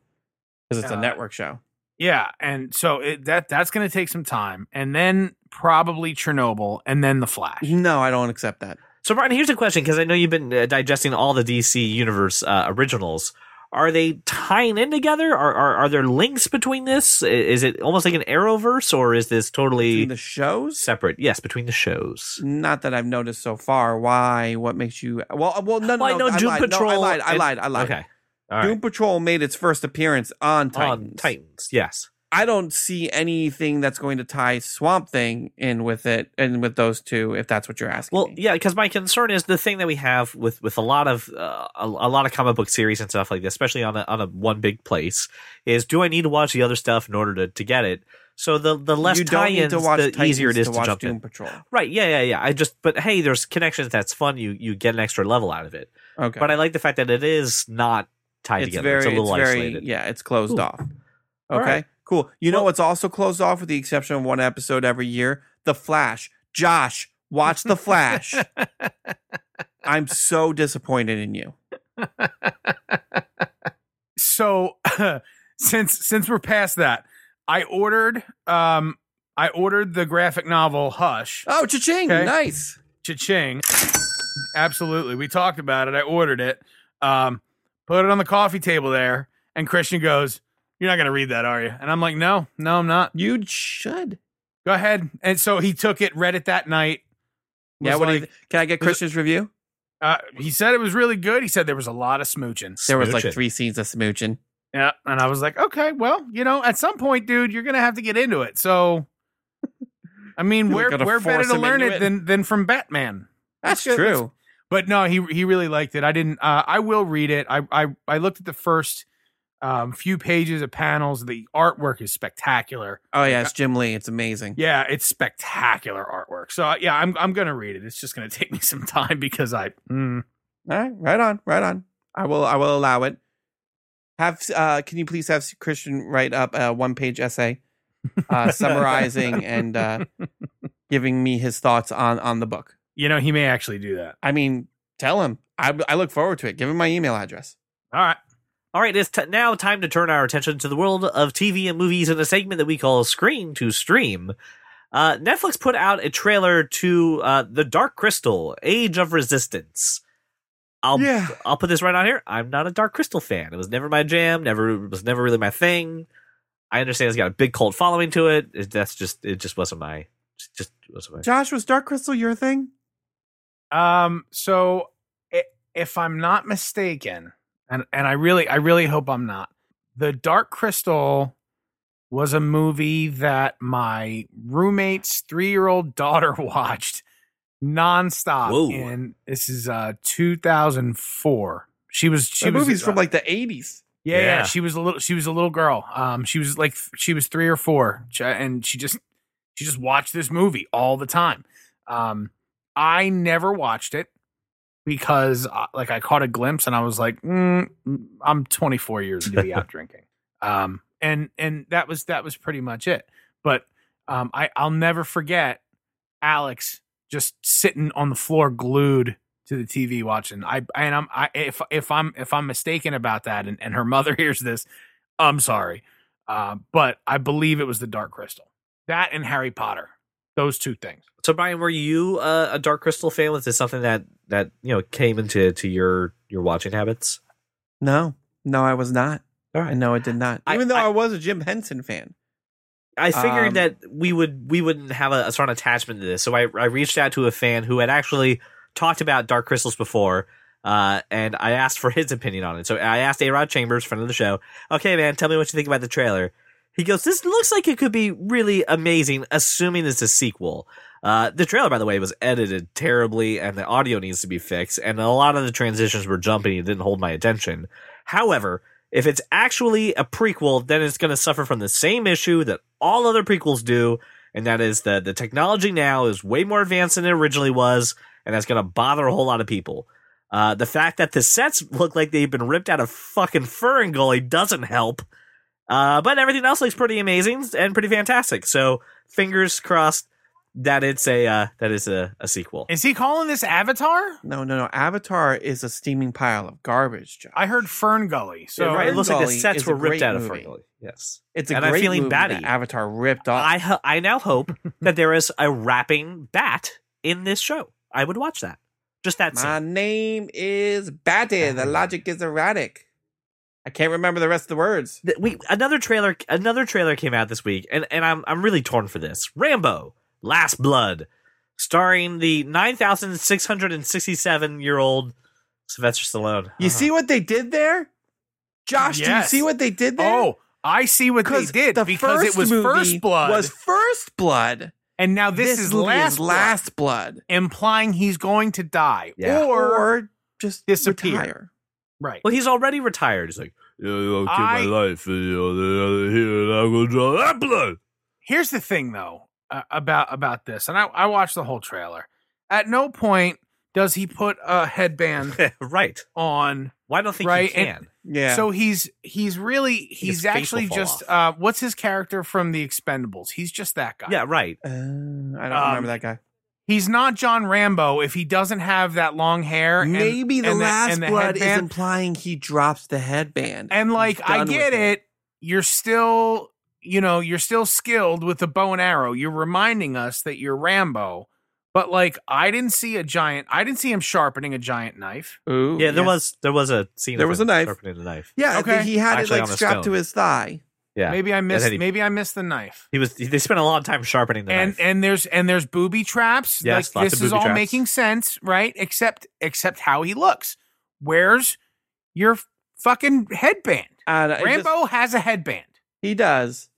[SPEAKER 3] because it's
[SPEAKER 4] Uh,
[SPEAKER 3] a network show.
[SPEAKER 4] yeah, and so it, that that's gonna take some time, and then probably Chernobyl, and then the Flash.
[SPEAKER 3] No, I don't accept that.
[SPEAKER 2] So, Brian, here's a question because I know you've been uh, digesting all the DC Universe uh, originals. Are they tying in together? Are, are are there links between this? I- Is it almost like an Arrowverse, or is this totally
[SPEAKER 3] Between the shows,
[SPEAKER 2] separate? Yes, between the shows.
[SPEAKER 3] Not that I've noticed so far. Why? What makes you? Well, well, no, no,
[SPEAKER 2] Well, I
[SPEAKER 3] no,
[SPEAKER 2] know Doom
[SPEAKER 3] lied.
[SPEAKER 2] Patrol
[SPEAKER 3] No, I lied. I
[SPEAKER 2] and-
[SPEAKER 3] lied. I lied.
[SPEAKER 2] Okay, all right.
[SPEAKER 3] Doom Patrol made its first appearance on Titans.
[SPEAKER 2] On Um, Titans, yes.
[SPEAKER 3] I don't see anything that's going to tie Swamp Thing in with it and with those two, if that's what you're asking.
[SPEAKER 2] Well,
[SPEAKER 3] me.
[SPEAKER 2] yeah, because my concern is the thing that we have with with a lot of uh, a, a lot of comic book series and stuff like this, especially on a, on a one big place, is do I need to watch the other stuff in order to, to get it? So the the less
[SPEAKER 3] you don't need
[SPEAKER 2] tie-ins,
[SPEAKER 3] to watch
[SPEAKER 2] the
[SPEAKER 3] Titans
[SPEAKER 2] easier it is to,
[SPEAKER 3] watch
[SPEAKER 2] jump
[SPEAKER 3] Doom
[SPEAKER 2] in.
[SPEAKER 3] Patrol.
[SPEAKER 2] Right? Yeah, yeah, yeah. I just but hey, there's connections. That's fun. You you get an extra level out of it.
[SPEAKER 3] Okay,
[SPEAKER 2] But I like the fact that it is not tied
[SPEAKER 3] it's
[SPEAKER 2] together.
[SPEAKER 3] very,
[SPEAKER 2] it's a little
[SPEAKER 3] very,
[SPEAKER 2] isolated.
[SPEAKER 3] yeah, it's closed
[SPEAKER 2] Cool.
[SPEAKER 3] off.
[SPEAKER 2] All
[SPEAKER 3] Okay,
[SPEAKER 2] right.
[SPEAKER 3] cool. You know
[SPEAKER 2] Well-
[SPEAKER 3] what's also closed off, with the exception of one episode every year? The Flash. Josh, watch The Flash. I'm so disappointed in you.
[SPEAKER 4] so since since we're past that, I ordered um I ordered the graphic novel Hush.
[SPEAKER 3] Oh, cha-ching!
[SPEAKER 4] Okay.
[SPEAKER 3] Nice.
[SPEAKER 4] cha-ching. Absolutely. We talked about it. I ordered it. Um, put it on the coffee table there. And Christian goes, You're not going to read that, are you? And I'm like, No, no, I'm not.
[SPEAKER 3] You should.
[SPEAKER 4] Go ahead. And so he took it, read it that night.
[SPEAKER 3] Yeah.
[SPEAKER 4] Was
[SPEAKER 3] What do you
[SPEAKER 4] like-
[SPEAKER 3] th- can I get Christian's review?
[SPEAKER 4] Uh, he said it was really good. He said there was a lot of smooching.
[SPEAKER 3] There was
[SPEAKER 2] Smooch
[SPEAKER 3] like
[SPEAKER 2] it.
[SPEAKER 3] three scenes of smooching.
[SPEAKER 4] Yeah. And I was like, Okay, well, you know, at some point, dude, you're going to have to get into it. So, I mean,
[SPEAKER 3] You're
[SPEAKER 4] where,
[SPEAKER 3] gonna
[SPEAKER 4] where better
[SPEAKER 3] force
[SPEAKER 4] to
[SPEAKER 3] him
[SPEAKER 4] learn
[SPEAKER 3] into
[SPEAKER 4] it,
[SPEAKER 3] it.
[SPEAKER 4] than, than from Batman?
[SPEAKER 3] That's
[SPEAKER 4] Let's go- let's-
[SPEAKER 3] true.
[SPEAKER 4] but no, he he really liked it. I didn't. Uh, I will read it. I I I looked at the first um, few pages of panels. The artwork is spectacular.
[SPEAKER 3] Oh yeah, it's Jim Lee. It's amazing.
[SPEAKER 4] Yeah, it's spectacular artwork. So uh, yeah, I'm I'm gonna read it. It's just gonna take me some time because I mm,
[SPEAKER 3] All right, right on, right on. I will, I will allow it. Have uh, can you please have Christian write up a one-page essay uh, summarizing and uh, giving me his thoughts on on the book?
[SPEAKER 4] you know he may actually do that.
[SPEAKER 3] I mean, tell him. I, I look forward to it. Give him my email address.
[SPEAKER 4] All right.
[SPEAKER 2] All right, it's t- now time to turn our attention to the world of TV and movies in a segment that we call Screen to Stream. Uh, Netflix put out a trailer to uh, The Dark Crystal Age of Resistance. I'll
[SPEAKER 3] yeah.
[SPEAKER 2] I'll put this right on here. I'm not a Dark Crystal fan. It was never my jam. Never it was never really my thing. I understand it's got a big cult following to it. it that's just it just wasn't my just wasn't my.
[SPEAKER 3] Josh, was Dark Crystal your thing?
[SPEAKER 4] Um, so i- if I'm not mistaken, and and I really I really hope I'm not, the Dark Crystal was a movie that my roommate's three year old daughter watched nonstop.
[SPEAKER 2] Whoa.
[SPEAKER 4] And this is uh 2004. She was she
[SPEAKER 3] That
[SPEAKER 4] was
[SPEAKER 3] movie's
[SPEAKER 4] uh,
[SPEAKER 3] from like the 80s.
[SPEAKER 4] yeah, yeah,
[SPEAKER 2] Yeah.
[SPEAKER 4] She was a little. She was a little girl. Um, she was like she was three or four, Ch- and she just she just watched this movie all the time. Um, I never watched it because uh, like I caught a glimpse and I was like, mm, I'm 24 years to be out drinking. Um, and and that was that was pretty much it. But um, I I'll never forget Alex just sitting on the floor glued to the TV watching. I and I'm I if if I'm if I'm mistaken about that and, and her mother hears this, I'm sorry. Uh, but I believe it was the Dark Crystal. That and Harry Potter. Those two things.
[SPEAKER 2] So Brian, were you uh, a Dark Crystal fan? Was this something that that you know came into to your your watching habits?
[SPEAKER 3] No, no, I was not.
[SPEAKER 2] All
[SPEAKER 3] I know I did not.
[SPEAKER 2] I-
[SPEAKER 3] Even though
[SPEAKER 2] I-
[SPEAKER 3] I, was a Jim Henson fan.
[SPEAKER 2] I figured
[SPEAKER 3] Um,
[SPEAKER 2] that we would we wouldn't have a, a strong attachment to this, so I, I reached out to a fan who had actually talked about Dark Crystals before, uh, and I asked for his opinion on it. So I asked A Rod Chambers, friend of the show, "Okay, man, tell me what you think about the trailer." He goes, "This looks like it could be really amazing, assuming it's a sequel." Uh, the trailer, by the way, was edited terribly, and the audio needs to be fixed, and a lot of the transitions were jumping and didn't hold my attention. However, if it's actually a prequel, then it's going to suffer from the same issue that all other prequels do, and that is that the technology now is way more advanced than it originally was, and that's going to bother a whole lot of people. Uh, the fact that the sets look like they've been ripped out of fucking Ferngully doesn't help. Uh, but everything else looks pretty amazing and pretty fantastic. So fingers crossed that it's a uh, that is a, a sequel.
[SPEAKER 4] Is he calling this Avatar?
[SPEAKER 3] No, no, no. Avatar is a steaming pile of garbage, Josh.
[SPEAKER 4] I heard Fern Gully. So
[SPEAKER 2] Yeah, right, it looks like the
[SPEAKER 3] Ferngully
[SPEAKER 2] sets
[SPEAKER 3] is a
[SPEAKER 2] were ripped
[SPEAKER 3] great
[SPEAKER 2] out of
[SPEAKER 3] movie.
[SPEAKER 2] Ferngully. Yes.
[SPEAKER 3] it's a
[SPEAKER 2] and I'm
[SPEAKER 3] great
[SPEAKER 2] feeling
[SPEAKER 3] movie
[SPEAKER 2] batty.
[SPEAKER 3] that Avatar ripped off.
[SPEAKER 2] I ho- I now hope that there is a rapping bat in this show. I would watch that. Just that
[SPEAKER 3] My
[SPEAKER 2] scene.
[SPEAKER 3] name is Batty. The logic is erratic. I can't remember the rest of the words.
[SPEAKER 2] Th- We another trailer another trailer came out this week, and, and I'm I'm really torn for this. Rambo: Last Blood, starring the nine thousand six hundred and sixty seven year old Sylvester Stallone. Uh-huh.
[SPEAKER 3] You see what they did there? Josh, do you
[SPEAKER 4] Uh-huh. Yes.
[SPEAKER 3] see what they did there?
[SPEAKER 4] oh, I see what they
[SPEAKER 3] 'Cause
[SPEAKER 4] did
[SPEAKER 3] the
[SPEAKER 4] because it
[SPEAKER 3] first
[SPEAKER 4] was
[SPEAKER 3] movie
[SPEAKER 4] First Blood,
[SPEAKER 3] Was first blood.
[SPEAKER 4] and now this, is
[SPEAKER 3] movie
[SPEAKER 4] last, Blood,
[SPEAKER 3] last blood,
[SPEAKER 4] implying he's going to die
[SPEAKER 2] Yeah.
[SPEAKER 4] or,
[SPEAKER 3] or just
[SPEAKER 4] Disappear.
[SPEAKER 3] Retire.
[SPEAKER 4] right.
[SPEAKER 2] Well, he's already retired. He's like, yeah, I'll keep
[SPEAKER 4] I-
[SPEAKER 2] my life uh, you know, uh, here, and I'll go draw that blood.
[SPEAKER 4] here's the thing though uh, about about this and I, I watched the whole trailer at no point does he put a headband
[SPEAKER 2] right.
[SPEAKER 4] on
[SPEAKER 2] Why don't think
[SPEAKER 4] Right,
[SPEAKER 2] he
[SPEAKER 4] and-
[SPEAKER 2] can?
[SPEAKER 3] Yeah.
[SPEAKER 4] so he's he's really
[SPEAKER 2] his
[SPEAKER 4] he's
[SPEAKER 2] face will
[SPEAKER 4] actually
[SPEAKER 2] fall
[SPEAKER 4] just
[SPEAKER 2] off.
[SPEAKER 4] uh what's his character from the expendables he's just that guy
[SPEAKER 2] yeah, right.
[SPEAKER 3] Uh, I don't
[SPEAKER 4] Um,
[SPEAKER 3] remember that guy.
[SPEAKER 4] he's not john rambo if he doesn't have that long hair and-
[SPEAKER 3] Maybe the
[SPEAKER 4] and
[SPEAKER 3] last
[SPEAKER 4] and the
[SPEAKER 3] blood is
[SPEAKER 4] headband.
[SPEAKER 3] implying he drops the headband.
[SPEAKER 4] and like i
[SPEAKER 3] done
[SPEAKER 4] get
[SPEAKER 3] with
[SPEAKER 4] it you're still you know you're still skilled with the bow and arrow you're reminding us that you're rambo but like i didn't see a giant i didn't see him sharpening a giant knife
[SPEAKER 3] Ooh,
[SPEAKER 2] Yeah, there was there was a scene.
[SPEAKER 3] Oh, There
[SPEAKER 2] of
[SPEAKER 3] was
[SPEAKER 2] him
[SPEAKER 3] a knife.
[SPEAKER 2] sharpening a knife.
[SPEAKER 3] Yeah,
[SPEAKER 4] Okay.
[SPEAKER 3] he had
[SPEAKER 2] Actually
[SPEAKER 3] it
[SPEAKER 2] on
[SPEAKER 3] like
[SPEAKER 2] a
[SPEAKER 3] strapped to
[SPEAKER 2] stone.
[SPEAKER 3] his thigh.
[SPEAKER 2] Yeah.
[SPEAKER 4] maybe i missed
[SPEAKER 2] he-
[SPEAKER 4] maybe i missed the knife
[SPEAKER 2] He was. They spent a lot of time sharpening the
[SPEAKER 4] and
[SPEAKER 2] knife.
[SPEAKER 4] and there's and there's booby traps
[SPEAKER 2] Yes,
[SPEAKER 4] like
[SPEAKER 2] lots
[SPEAKER 4] this
[SPEAKER 2] of
[SPEAKER 4] is
[SPEAKER 2] booby
[SPEAKER 4] all
[SPEAKER 2] traps.
[SPEAKER 4] making sense right except except how he looks where's your fucking headband
[SPEAKER 3] And it just-
[SPEAKER 4] rambo has a headband
[SPEAKER 3] he does.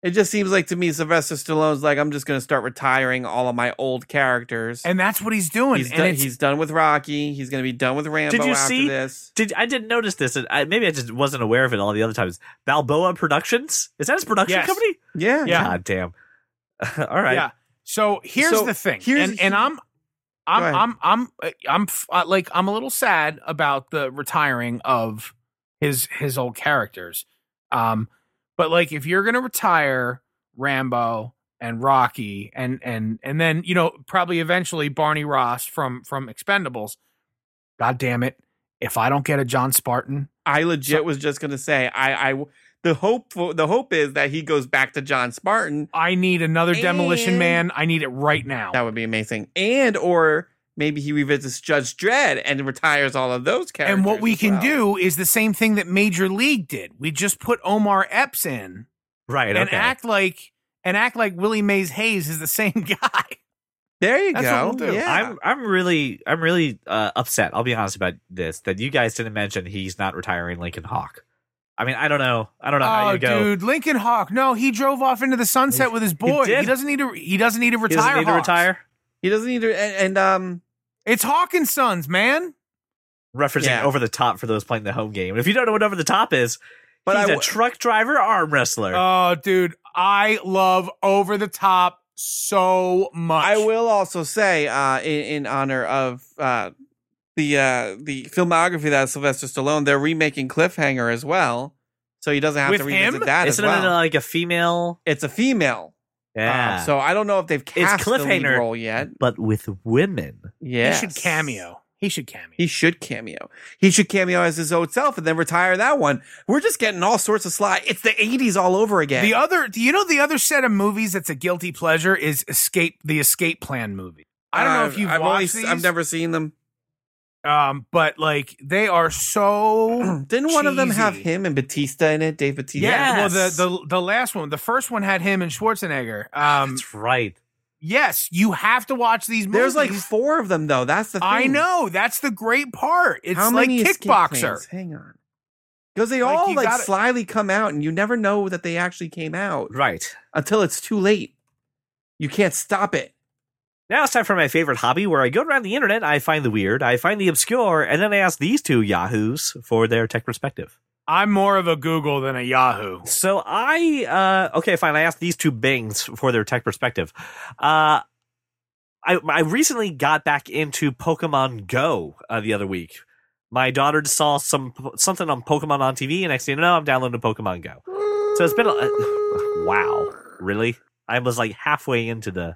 [SPEAKER 3] It just seems like to me, Sylvester Stallone's like, I'm just going to start retiring all of my old characters.
[SPEAKER 4] and that's what he's doing
[SPEAKER 3] he's,
[SPEAKER 4] and
[SPEAKER 3] done,
[SPEAKER 4] it's-
[SPEAKER 3] he's done with Rocky. He's going to be done with Rambo
[SPEAKER 2] you
[SPEAKER 3] after
[SPEAKER 2] see-
[SPEAKER 3] this.
[SPEAKER 2] Did I didn't notice this? And I, maybe I just wasn't aware of it all the other times. Balboa Productions is that his production
[SPEAKER 4] Yes.
[SPEAKER 2] company?
[SPEAKER 3] Yeah.
[SPEAKER 4] Yeah.
[SPEAKER 2] God damn. all right.
[SPEAKER 4] Yeah. So here's
[SPEAKER 3] So
[SPEAKER 4] the thing,
[SPEAKER 3] here's-
[SPEAKER 4] and and I'm.
[SPEAKER 3] Go
[SPEAKER 4] I'm
[SPEAKER 3] ahead.
[SPEAKER 4] I'm I'm uh, I'm f- uh, like I'm a little sad about the retiring of his his old characters, um, but like if you're gonna retire Rambo and Rocky and and and then you know probably eventually Barney Ross from from Expendables, God damn it! If I don't get a John Spartan,
[SPEAKER 3] I legit was just going to say, I, I, the hope, the hope is that he goes back to John Spartan.
[SPEAKER 4] I need another Demolition
[SPEAKER 3] And-
[SPEAKER 4] Man. I need it right now.
[SPEAKER 3] That would be amazing. And, or Maybe he revisits Judge Dredd and retires all of those characters.
[SPEAKER 4] And what we
[SPEAKER 3] as
[SPEAKER 4] can
[SPEAKER 3] well.
[SPEAKER 4] do is the same thing that Major League did. We just put Omar Epps in
[SPEAKER 2] Right.
[SPEAKER 4] and
[SPEAKER 2] okay.
[SPEAKER 4] act like and act like Willie Mays Hayes is the same guy.
[SPEAKER 3] There you
[SPEAKER 4] That's
[SPEAKER 3] go.
[SPEAKER 4] what we'll do.
[SPEAKER 3] Yeah.
[SPEAKER 2] I'm I'm really I'm really uh, upset. I'll be honest about this that you guys didn't mention he's not retiring Lincoln Hawk. I mean, I don't know. I don't know how
[SPEAKER 4] Oh,
[SPEAKER 2] you go.
[SPEAKER 4] dude, Lincoln Hawk. No, he drove off into the sunset with his boy. He,
[SPEAKER 2] did.
[SPEAKER 4] doesn't need to. He doesn't need to
[SPEAKER 2] He
[SPEAKER 4] retire.
[SPEAKER 2] doesn't need to
[SPEAKER 4] Hawks.
[SPEAKER 2] retire.
[SPEAKER 3] he doesn't need to. And, and um,
[SPEAKER 4] It's Hawk and Sons, man.
[SPEAKER 2] Referencing
[SPEAKER 3] Yeah.
[SPEAKER 2] over the top for those playing the home game. And if you don't know what over the top is,
[SPEAKER 3] but
[SPEAKER 2] he's
[SPEAKER 3] I
[SPEAKER 2] a
[SPEAKER 3] w-
[SPEAKER 2] truck driver arm wrestler.
[SPEAKER 4] Oh, dude, I love Over the Top so much.
[SPEAKER 3] I will also say, uh, in, in honor of uh, the uh, the filmography that is Sylvester Stallone, they're remaking Cliffhanger as well, so he doesn't have
[SPEAKER 4] With
[SPEAKER 3] to revisit
[SPEAKER 4] him?
[SPEAKER 3] that
[SPEAKER 2] Isn't
[SPEAKER 3] as well.
[SPEAKER 2] it like a female?
[SPEAKER 3] it's a female, uh,
[SPEAKER 2] Yeah.
[SPEAKER 3] so I don't know if they've cast the lead
[SPEAKER 2] Cliffhanger.
[SPEAKER 3] role yet.
[SPEAKER 2] Uh, but with women.
[SPEAKER 3] Yeah,
[SPEAKER 4] He should cameo. He should cameo.
[SPEAKER 3] He should cameo. He should cameo as his old self and then retire that one. We're just getting all sorts of sly. It's the '80s all over again.
[SPEAKER 4] The other, do you know, the other set of movies that's a guilty pleasure is Escape, the Escape Plan movie. I don't know if
[SPEAKER 3] I've-
[SPEAKER 4] you've
[SPEAKER 3] I've only
[SPEAKER 4] watched
[SPEAKER 3] s-
[SPEAKER 4] these,
[SPEAKER 3] I've never seen them.
[SPEAKER 4] um, but like they are so.
[SPEAKER 3] Didn't one of them have
[SPEAKER 4] cheesy.
[SPEAKER 3] him and Batista in it? Dave Batista.
[SPEAKER 4] Yeah, well,
[SPEAKER 2] Yes.
[SPEAKER 4] the, the the last one, the first one had him and Schwarzenegger. Um,
[SPEAKER 2] That's right.
[SPEAKER 4] yes, you have to watch these movies.
[SPEAKER 3] There's like four of them though. That's the thing.
[SPEAKER 4] I know that's the great part. It's like
[SPEAKER 3] escape
[SPEAKER 4] kickboxer.
[SPEAKER 3] plans? Hang on. Because they
[SPEAKER 4] Like,
[SPEAKER 3] all
[SPEAKER 4] you
[SPEAKER 3] like
[SPEAKER 4] gotta-
[SPEAKER 3] slyly come out, and you never know that they actually came out
[SPEAKER 2] Right.
[SPEAKER 3] until it's too late. You can't stop it.
[SPEAKER 2] Now it's time for my favorite hobby where I go around the internet, I find the weird, I find the obscure, and then I ask these two yahoos for their tech perspective.
[SPEAKER 4] I'm more of a Google than a Yahoo.
[SPEAKER 2] So I uh okay, fine, I asked these two bings for their tech perspective. Uh I I recently got back into Pokemon Go uh, the other week. My daughter saw some something on Pokemon on TV, and next thing you know, I'm downloading Pokemon Go. So it's been a, wow, really? I was like halfway into the.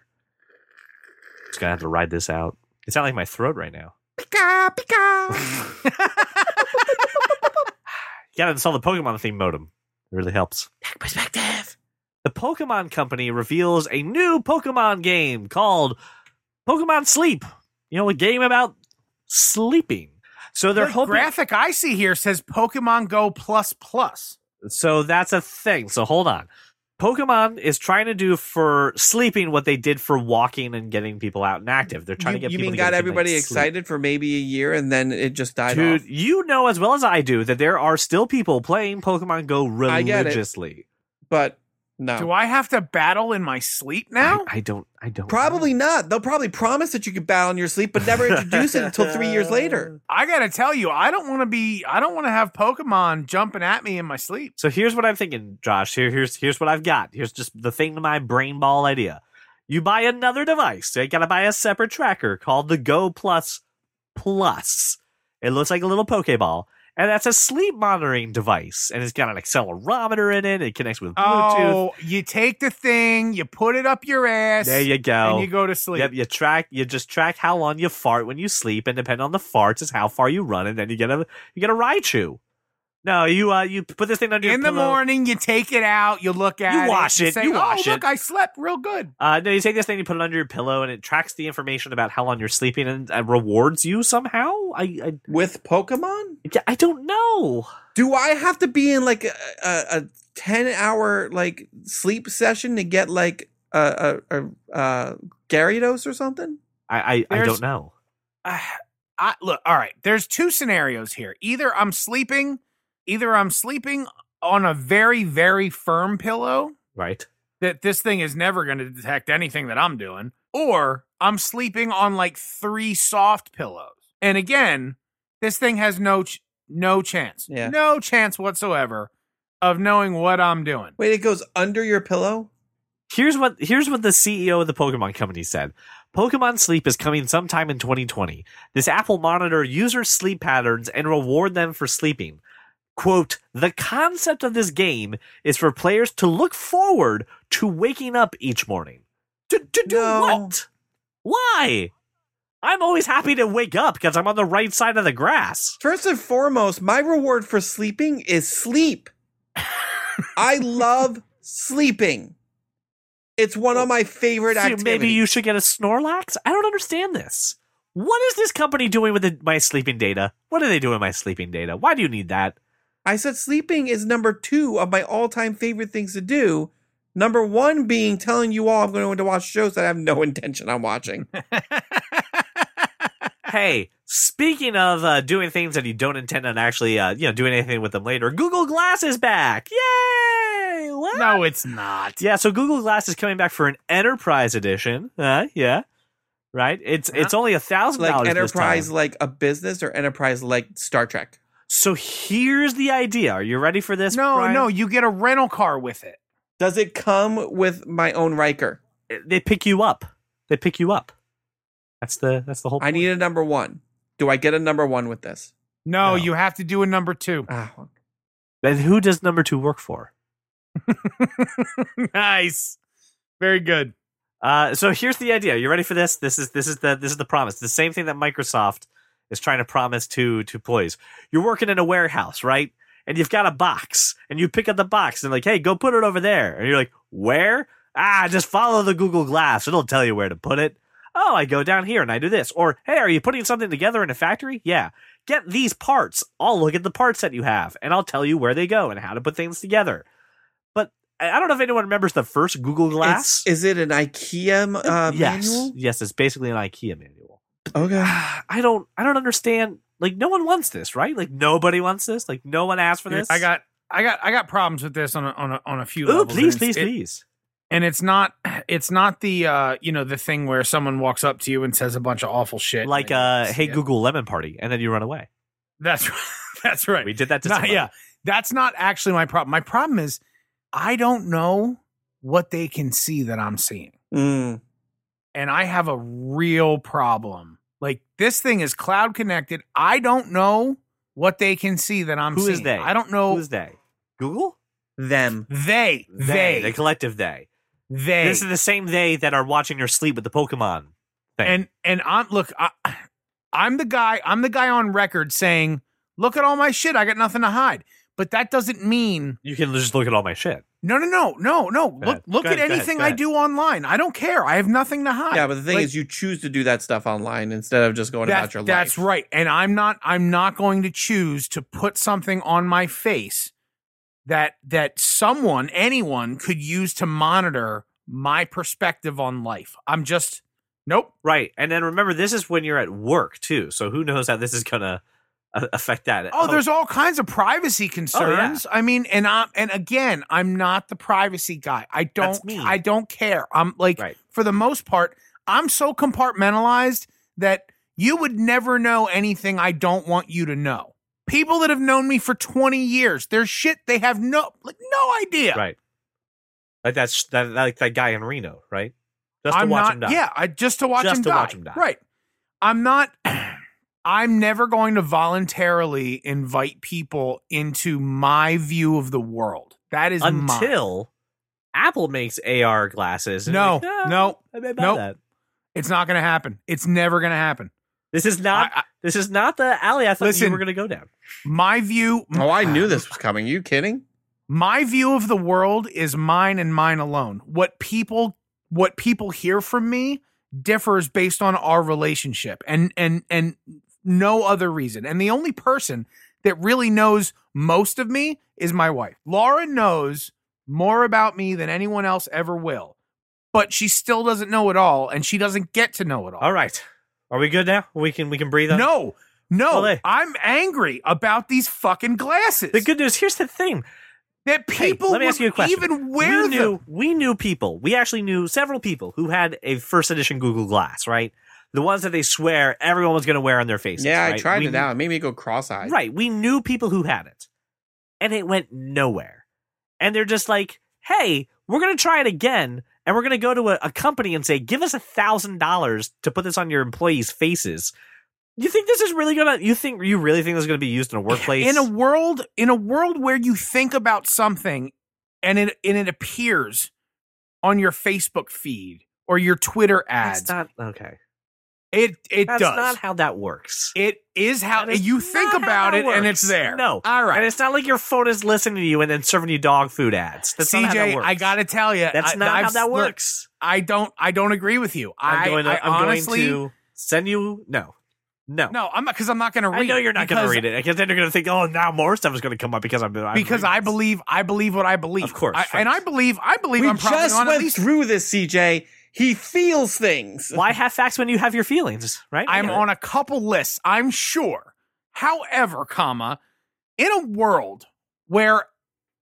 [SPEAKER 2] Just gonna have to ride this out. It's not like my throat right now.
[SPEAKER 3] Pika pika.
[SPEAKER 2] You gotta install the Pokemon theme modem. It really helps.
[SPEAKER 3] Tech perspective.
[SPEAKER 2] The Pokemon Company reveals a new Pokemon game called Pokemon Sleep. You know, a game about sleeping. So they're
[SPEAKER 4] the
[SPEAKER 2] hoping.
[SPEAKER 4] graphic I see here says Pokemon Go plus plus.
[SPEAKER 2] so that's a thing. So hold on. Pokemon is trying to do for sleeping what they did for walking and getting people out and active. They're trying
[SPEAKER 3] You,
[SPEAKER 2] to get
[SPEAKER 3] you
[SPEAKER 2] people
[SPEAKER 3] mean
[SPEAKER 2] to get
[SPEAKER 3] got
[SPEAKER 2] a good night's
[SPEAKER 3] everybody
[SPEAKER 2] sleep.
[SPEAKER 3] excited for maybe a year, and then it just died
[SPEAKER 2] Dude,
[SPEAKER 3] off.
[SPEAKER 2] you know as well as I do that there are still people playing Pokemon Go
[SPEAKER 3] I get it.
[SPEAKER 2] religiously.
[SPEAKER 3] But no,
[SPEAKER 4] Do I have to battle in my sleep now?
[SPEAKER 2] I, I don't. I don't.
[SPEAKER 3] probably
[SPEAKER 2] know.
[SPEAKER 3] not. They'll probably promise that you could battle in your sleep, but never introduce it until three years later.
[SPEAKER 4] I gotta tell you, I don't want to be. I don't want to have Pokemon jumping at me in my sleep.
[SPEAKER 2] So here's what I'm thinking, Josh. Here, here's here's what I've got. Here's just the thing to my brain ball idea. You buy another device. You gotta buy a separate tracker called the Go Plus Plus. It looks like a little Pokeball, and that's a sleep monitoring device. And it's got an accelerometer in it. It connects with Bluetooth.
[SPEAKER 4] Oh, you take the thing, you put it up your ass,
[SPEAKER 2] there you go.
[SPEAKER 4] and you go to sleep.
[SPEAKER 2] Yep, you track you just track how long you fart when you sleep, and depending on the farts is how far you run, and then you get a you get a Raichu. No, you uh you put this thing under your
[SPEAKER 4] in the
[SPEAKER 2] pillow.
[SPEAKER 4] morning, you take it out, you look at it,
[SPEAKER 2] wash
[SPEAKER 4] you
[SPEAKER 2] it,
[SPEAKER 4] say,
[SPEAKER 2] you
[SPEAKER 4] "Oh,
[SPEAKER 2] wash
[SPEAKER 4] look,
[SPEAKER 2] it."
[SPEAKER 4] I slept real good.
[SPEAKER 2] Uh, no, you take this thing, you put it under your pillow, and it tracks the information about how long you're sleeping and uh, rewards you somehow. I, I
[SPEAKER 3] With Pokemon.
[SPEAKER 2] yeah, I don't know.
[SPEAKER 3] Do I have to be in like a, a, a ten hour like sleep session to get like a a, a, a Gyarados or something?
[SPEAKER 2] I I, I
[SPEAKER 4] There's-
[SPEAKER 2] don't know.
[SPEAKER 4] Uh, I, look, all right. There's two scenarios here. Either I'm sleeping, either I'm sleeping on a very, very firm pillow
[SPEAKER 2] Right?
[SPEAKER 4] that this thing is never going to detect anything that I'm doing, or I'm sleeping on like three soft pillows. And again, this thing has no ch- no chance,
[SPEAKER 3] Yeah.
[SPEAKER 4] no chance whatsoever of knowing what I'm doing.
[SPEAKER 3] Wait, it goes under your pillow.
[SPEAKER 2] Here's what here's what the CEO of the Pokemon company said. Pokemon Sleep is coming sometime in 2020. This app will monitor users' sleep patterns and reward them for sleeping. Quote, the concept of this game is for players to look forward to waking up each morning. To, to do
[SPEAKER 3] No.
[SPEAKER 2] what? Why? I'm always happy to wake up because I'm on the right side of the grass.
[SPEAKER 3] First and foremost, my reward for sleeping is sleep. I love sleeping. It's one of my favorite
[SPEAKER 2] So
[SPEAKER 3] activities.
[SPEAKER 2] maybe you should get a Snorlax? I don't understand this. What is this company doing with the, my sleeping data? What are they doing with my sleeping data? Why do you need that?
[SPEAKER 3] I said sleeping is number two of my all time favorite things to do. Number one being telling you all I'm going to watch shows that I have no intention on watching.
[SPEAKER 2] Hey, speaking of uh, doing things that you don't intend on actually, uh, you know, doing anything with them later, Google Glass is back! Yay! What?
[SPEAKER 4] no, it's not.
[SPEAKER 2] Yeah, so Google Glass is coming back for an enterprise edition. Uh, yeah, right. It's
[SPEAKER 4] Yeah.
[SPEAKER 2] it's only a thousand
[SPEAKER 3] Like
[SPEAKER 2] dollars.
[SPEAKER 3] enterprise, like a business, or enterprise, like Star Trek.
[SPEAKER 2] So here's the idea. Are you ready for this?
[SPEAKER 4] no,
[SPEAKER 2] Brian?
[SPEAKER 4] no, you get a rental car with it.
[SPEAKER 3] Does it come with my own Riker?
[SPEAKER 2] They pick you up. They pick you up. That's the that's the whole.
[SPEAKER 3] I
[SPEAKER 2] point.
[SPEAKER 3] need a number one. Do I get a number one with this?
[SPEAKER 4] No,
[SPEAKER 2] No.
[SPEAKER 4] you have to do a number two.
[SPEAKER 3] Ah,
[SPEAKER 2] Then who does number two work for?
[SPEAKER 4] nice, very good.
[SPEAKER 2] Uh, so here's the idea. You ready for this? This is this is the this is the promise. The same thing that Microsoft is trying to promise to to employees. You're working in a warehouse, right? And you've got a box, and you pick up the box, and like, hey, go put it over there. And you're like, where? Ah, just follow the Google Glass. It'll tell you where to put it. Oh, I go down here and I do this. Or hey, are you putting something together in a factory? Yeah. Get these parts. I'll look at the parts that you have, and I'll tell you where they go and how to put things together. But I I don't know if anyone remembers the first Google Glass.
[SPEAKER 3] It's- is it an IKEA uh,
[SPEAKER 2] yes,
[SPEAKER 3] manual?
[SPEAKER 2] yes, it's basically an IKEA manual.
[SPEAKER 3] Okay.
[SPEAKER 2] I don't, I don't understand. Like, no one wants this, right? Like, nobody wants this. Like, no one asked for
[SPEAKER 4] Dude,
[SPEAKER 2] this.
[SPEAKER 4] I got, I got, I got problems with this on a, on a, on a few.
[SPEAKER 2] Ooh,
[SPEAKER 4] levels,
[SPEAKER 2] please,
[SPEAKER 4] and
[SPEAKER 2] please,
[SPEAKER 4] it's- it-
[SPEAKER 2] please.
[SPEAKER 4] And it's not, it's not the, uh, you know, the thing where someone walks up to you and says a bunch of awful shit.
[SPEAKER 2] Like,
[SPEAKER 4] and
[SPEAKER 2] uh,
[SPEAKER 4] they-
[SPEAKER 2] hey,
[SPEAKER 4] yeah.
[SPEAKER 2] Google Lemon Party, and then you run away.
[SPEAKER 4] That's right. That's right.
[SPEAKER 2] We did that to
[SPEAKER 4] Not-
[SPEAKER 2] someone.
[SPEAKER 4] yeah, that's not actually my problem. My problem is I don't know what they can see that I'm seeing.
[SPEAKER 3] Mm.
[SPEAKER 4] and I have a real problem. Like this thing is cloud connected. I don't know what they can see that I'm
[SPEAKER 2] Who is
[SPEAKER 4] seeing.
[SPEAKER 2] they?
[SPEAKER 4] I don't know
[SPEAKER 2] Who's they? Google?
[SPEAKER 3] Them.
[SPEAKER 4] Oh. they, they,
[SPEAKER 2] the
[SPEAKER 4] they,
[SPEAKER 2] collective they. This is the same they that are watching your sleep with the Pokemon. thing.
[SPEAKER 4] and and I'm look, I, I'm the guy. I'm the guy on record saying, look at all my shit. I got nothing to hide. But that doesn't mean
[SPEAKER 2] You can just look at all my shit.
[SPEAKER 4] no, no, no, no, no.
[SPEAKER 2] ahead.
[SPEAKER 4] Look, look
[SPEAKER 2] Go
[SPEAKER 4] at
[SPEAKER 2] ahead, go ahead,
[SPEAKER 4] anything
[SPEAKER 2] go
[SPEAKER 4] I
[SPEAKER 2] ahead.
[SPEAKER 4] do online. I don't care. I have nothing to hide.
[SPEAKER 3] Yeah, but the thing
[SPEAKER 4] Like,
[SPEAKER 3] is, you choose to do that stuff online instead of just going
[SPEAKER 4] That-
[SPEAKER 3] about your
[SPEAKER 4] That's
[SPEAKER 3] life.
[SPEAKER 4] right. And I'm not I'm not going to choose to put something on my face that that someone, anyone could use to monitor my perspective on life. I'm just nope.
[SPEAKER 2] Right. And then remember, this is when you're at work, too. So who knows how this is going to affect that.
[SPEAKER 4] Oh, there's all kinds of privacy
[SPEAKER 2] Oh,
[SPEAKER 4] concerns. I mean, and I and again, I'm not the privacy guy. I don't
[SPEAKER 2] That's me.
[SPEAKER 4] I don't care. I'm like
[SPEAKER 2] Right.
[SPEAKER 4] for the most part, I'm so compartmentalized that you would never know anything I don't want you to know. People that have known me for 20 years, there's shit they have no like no idea.
[SPEAKER 2] Right. Like that's that, like that guy in Reno, right? Just to
[SPEAKER 4] I'm
[SPEAKER 2] watch
[SPEAKER 4] not,
[SPEAKER 2] him die.
[SPEAKER 4] Yeah, I, just to watch
[SPEAKER 2] Just
[SPEAKER 4] him
[SPEAKER 2] to
[SPEAKER 4] die.
[SPEAKER 2] watch him die.
[SPEAKER 4] Right. I'm not. I'm never going to voluntarily invite people into my view of the world. That is mine.
[SPEAKER 2] Until Apple makes AR glasses. and
[SPEAKER 4] no,
[SPEAKER 2] you're like, "Ah,
[SPEAKER 4] no,
[SPEAKER 2] I may buy
[SPEAKER 4] nope.
[SPEAKER 2] that."
[SPEAKER 4] it's not going to happen. It's never going to happen.
[SPEAKER 2] This is
[SPEAKER 4] I,
[SPEAKER 2] not
[SPEAKER 4] I,
[SPEAKER 2] this is not the alley I thought you
[SPEAKER 4] Listen.
[SPEAKER 2] were going to go down.
[SPEAKER 4] my view.
[SPEAKER 3] Oh, I knew this was coming. you kidding?
[SPEAKER 4] my view of the world is mine and mine alone what people what people hear from me differs based on our relationship and and and no other reason and the only person that really knows most of me is my wife laura knows more about me than anyone else ever will but she still doesn't know it all and she doesn't get to know it all
[SPEAKER 2] All right. Are we good now? We can we can breathe on
[SPEAKER 4] no no
[SPEAKER 2] Ole.
[SPEAKER 4] i'm angry about these fucking glasses
[SPEAKER 2] The good news, here's the thing.
[SPEAKER 4] that people
[SPEAKER 2] let me
[SPEAKER 4] would
[SPEAKER 2] ask you a question.
[SPEAKER 4] even wear
[SPEAKER 2] we
[SPEAKER 4] them
[SPEAKER 2] knew we knew people. We actually knew several people who had a first edition Google Glass, right? The ones that they swear everyone was going to wear on their faces.
[SPEAKER 3] yeah, I
[SPEAKER 2] right?
[SPEAKER 3] tried
[SPEAKER 2] We
[SPEAKER 3] it out. It made me go cross-eyed.
[SPEAKER 2] Right. We knew people who had it, and it went nowhere. And they're just like, hey, we're going to try it again. And we're going to go to a, a company and say, give us a $1,000 to put this on your employees' faces. You think this is really going to, you think, you really think this is going to be used in a workplace?
[SPEAKER 4] in a world in a world where you think about something and it and it appears on your Facebook feed or your Twitter
[SPEAKER 2] That's
[SPEAKER 4] ads.
[SPEAKER 2] not, okay.
[SPEAKER 4] it it
[SPEAKER 2] That's
[SPEAKER 4] does.
[SPEAKER 2] not how that works.
[SPEAKER 4] it is how
[SPEAKER 2] That is
[SPEAKER 4] you think
[SPEAKER 2] not how
[SPEAKER 4] about
[SPEAKER 2] that
[SPEAKER 4] it and it's
[SPEAKER 2] works.
[SPEAKER 4] there.
[SPEAKER 2] No.
[SPEAKER 4] All
[SPEAKER 2] And
[SPEAKER 4] right.
[SPEAKER 2] it's not like your phone is listening to you and then serving you dog food ads. That's not how that
[SPEAKER 4] CJ,
[SPEAKER 2] works.
[SPEAKER 4] I got to tell you,
[SPEAKER 2] That's
[SPEAKER 4] I,
[SPEAKER 2] not
[SPEAKER 4] I've-
[SPEAKER 2] how that
[SPEAKER 4] look,
[SPEAKER 2] works.
[SPEAKER 4] I don't I don't agree with you. I,
[SPEAKER 2] I'm going to,
[SPEAKER 4] I
[SPEAKER 2] am
[SPEAKER 4] honestly
[SPEAKER 2] going to Send you no, no.
[SPEAKER 4] No, I'm not because I'm not going to read.
[SPEAKER 2] I know you're not going to
[SPEAKER 4] because-
[SPEAKER 2] read it because then you're going to think, oh, now more stuff is going to come up because I'm I'm
[SPEAKER 4] because
[SPEAKER 2] reading
[SPEAKER 4] I
[SPEAKER 2] this.
[SPEAKER 4] believe I believe what I believe.
[SPEAKER 2] Of course,
[SPEAKER 4] I-
[SPEAKER 2] right.
[SPEAKER 4] and I believe I believe
[SPEAKER 3] We
[SPEAKER 4] I'm probably
[SPEAKER 3] just
[SPEAKER 4] on
[SPEAKER 3] went
[SPEAKER 4] at least.
[SPEAKER 3] through this, CJ. He feels things.
[SPEAKER 2] Why have facts when you have your feelings, right? I
[SPEAKER 4] I'm
[SPEAKER 2] get it.
[SPEAKER 4] on a couple lists. I'm sure. However, comma, in a world where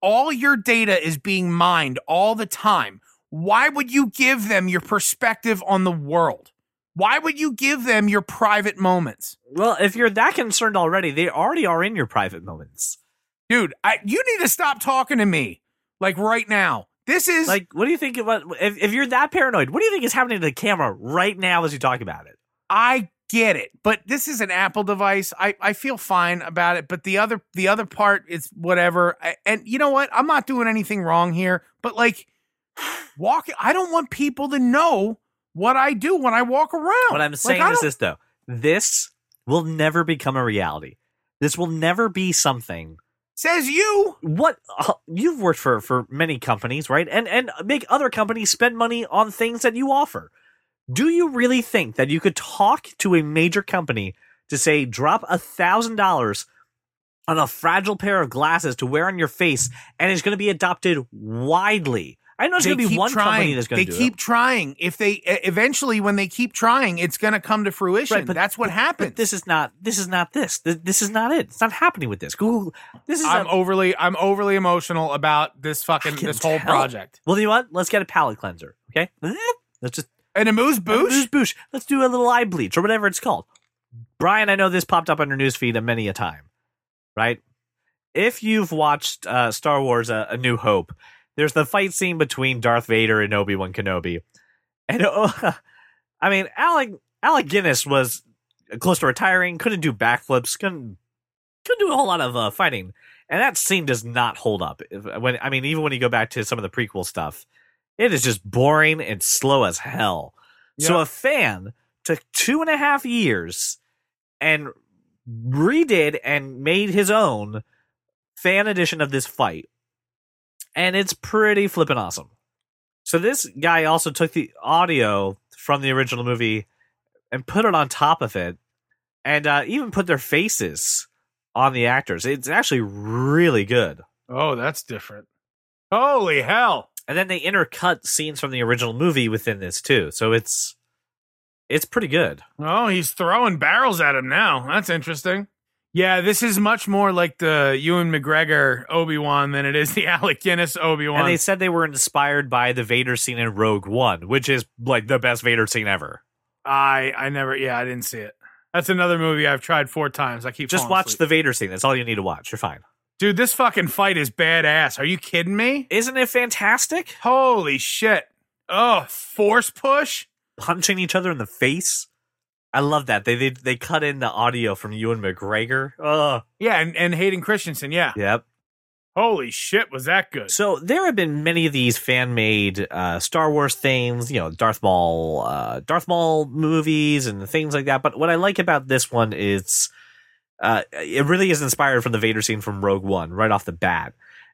[SPEAKER 4] all your data is being mined all the time, why would you give them your perspective on the world? Why would you give them your private moments?
[SPEAKER 2] Well, if you're that concerned already, they already are in your private moments.
[SPEAKER 4] Dude, I, you need to stop talking to me like right now. This is
[SPEAKER 2] Like, what do you think about if, if you're that paranoid? What do you think is happening to the camera right now as you talk about it?
[SPEAKER 4] I get it, but this is an Apple device. I, I feel fine about it, but the other the other part is whatever. I, and you know what? I'm not doing anything wrong here, but like walk I don't want people to know what I do when I walk around.
[SPEAKER 2] What I'm
[SPEAKER 4] Like,
[SPEAKER 2] saying
[SPEAKER 4] I
[SPEAKER 2] is
[SPEAKER 4] don't-
[SPEAKER 2] this though: this will never become a reality. This will never be something
[SPEAKER 4] says you.
[SPEAKER 2] what uh, you've worked for for many companies right and and make other companies spend money on things that you offer do you really think that you could talk to a major company to say drop a thousand dollars on a fragile pair of glasses to wear on your face and it's going to be adopted widely i know it's
[SPEAKER 4] They
[SPEAKER 2] going to be
[SPEAKER 4] keep
[SPEAKER 2] one company
[SPEAKER 4] trying.
[SPEAKER 2] that's
[SPEAKER 4] They
[SPEAKER 2] going to do
[SPEAKER 4] keep
[SPEAKER 2] it
[SPEAKER 4] trying. If they e- eventually, when they keep trying, it's going to come to fruition.
[SPEAKER 2] Right, but-
[SPEAKER 4] That's what happens.
[SPEAKER 2] but this is not this is not this Th- this is not it it's not happening with this google this is
[SPEAKER 4] I'm
[SPEAKER 2] a-
[SPEAKER 4] overly I'm overly emotional about this fucking
[SPEAKER 2] I can
[SPEAKER 4] this whole
[SPEAKER 2] tell.
[SPEAKER 4] project.
[SPEAKER 2] well you know what let's get a palate cleanser okay let's just
[SPEAKER 4] And a moose boosh.
[SPEAKER 2] Boosh, boosh. Let's do a little eye bleach or whatever it's called. Brian, I know this popped up on your newsfeed a many a time, right? If you've watched uh, Star Wars: uh, A New Hope, there's the fight scene between Darth Vader and Obi Wan Kenobi, and oh, I mean, Alec Alec Guinness was close to retiring, couldn't do backflips, couldn't couldn't do a whole lot of uh, fighting, and that scene does not hold up. If, uh, when I mean, even when you go back to some of the prequel stuff, it is just boring and slow as hell. So a fan took two and a half years and redid and made his own fan edition of this fight. And it's pretty flippin' awesome. So this guy also took the audio from the original movie and put it on top of it and uh, even put their faces on the actors. It's actually really good.
[SPEAKER 4] Oh, that's different. Holy hell.
[SPEAKER 2] And then they intercut scenes from the original movie within this too. So it's it's pretty good.
[SPEAKER 4] Oh, he's throwing barrels at him now. That's interesting. Yeah, this is much more like the Ewan McGregor Obi Wan than it is the Alec Guinness Obi
[SPEAKER 2] And
[SPEAKER 4] Wan.
[SPEAKER 2] they said they were inspired by the Vader scene in Rogue One, which is like the best Vader scene ever.
[SPEAKER 4] I I never. Yeah, I didn't see it. That's another movie I've tried four times. I keep
[SPEAKER 2] Just watch the Vader scene. That's all you need to watch. You're fine.
[SPEAKER 4] the dude. This fucking fight is badass. Are you kidding me?
[SPEAKER 2] Isn't it fantastic?
[SPEAKER 4] Holy shit! Oh, force push.
[SPEAKER 2] Punching each other in the face. I love that. They they, they cut in the audio from Ewan McGregor. Ugh.
[SPEAKER 4] Yeah, and, and Hayden Christensen. Yeah.
[SPEAKER 2] Yep.
[SPEAKER 4] Holy shit, was that good?
[SPEAKER 2] So there have been many of these fan made uh, Star Wars things, you know, Darth Maul, uh, Darth Maul movies, and things like that. But what I like about this one is uh, it really is inspired from the Vader scene from Rogue One right off the bat.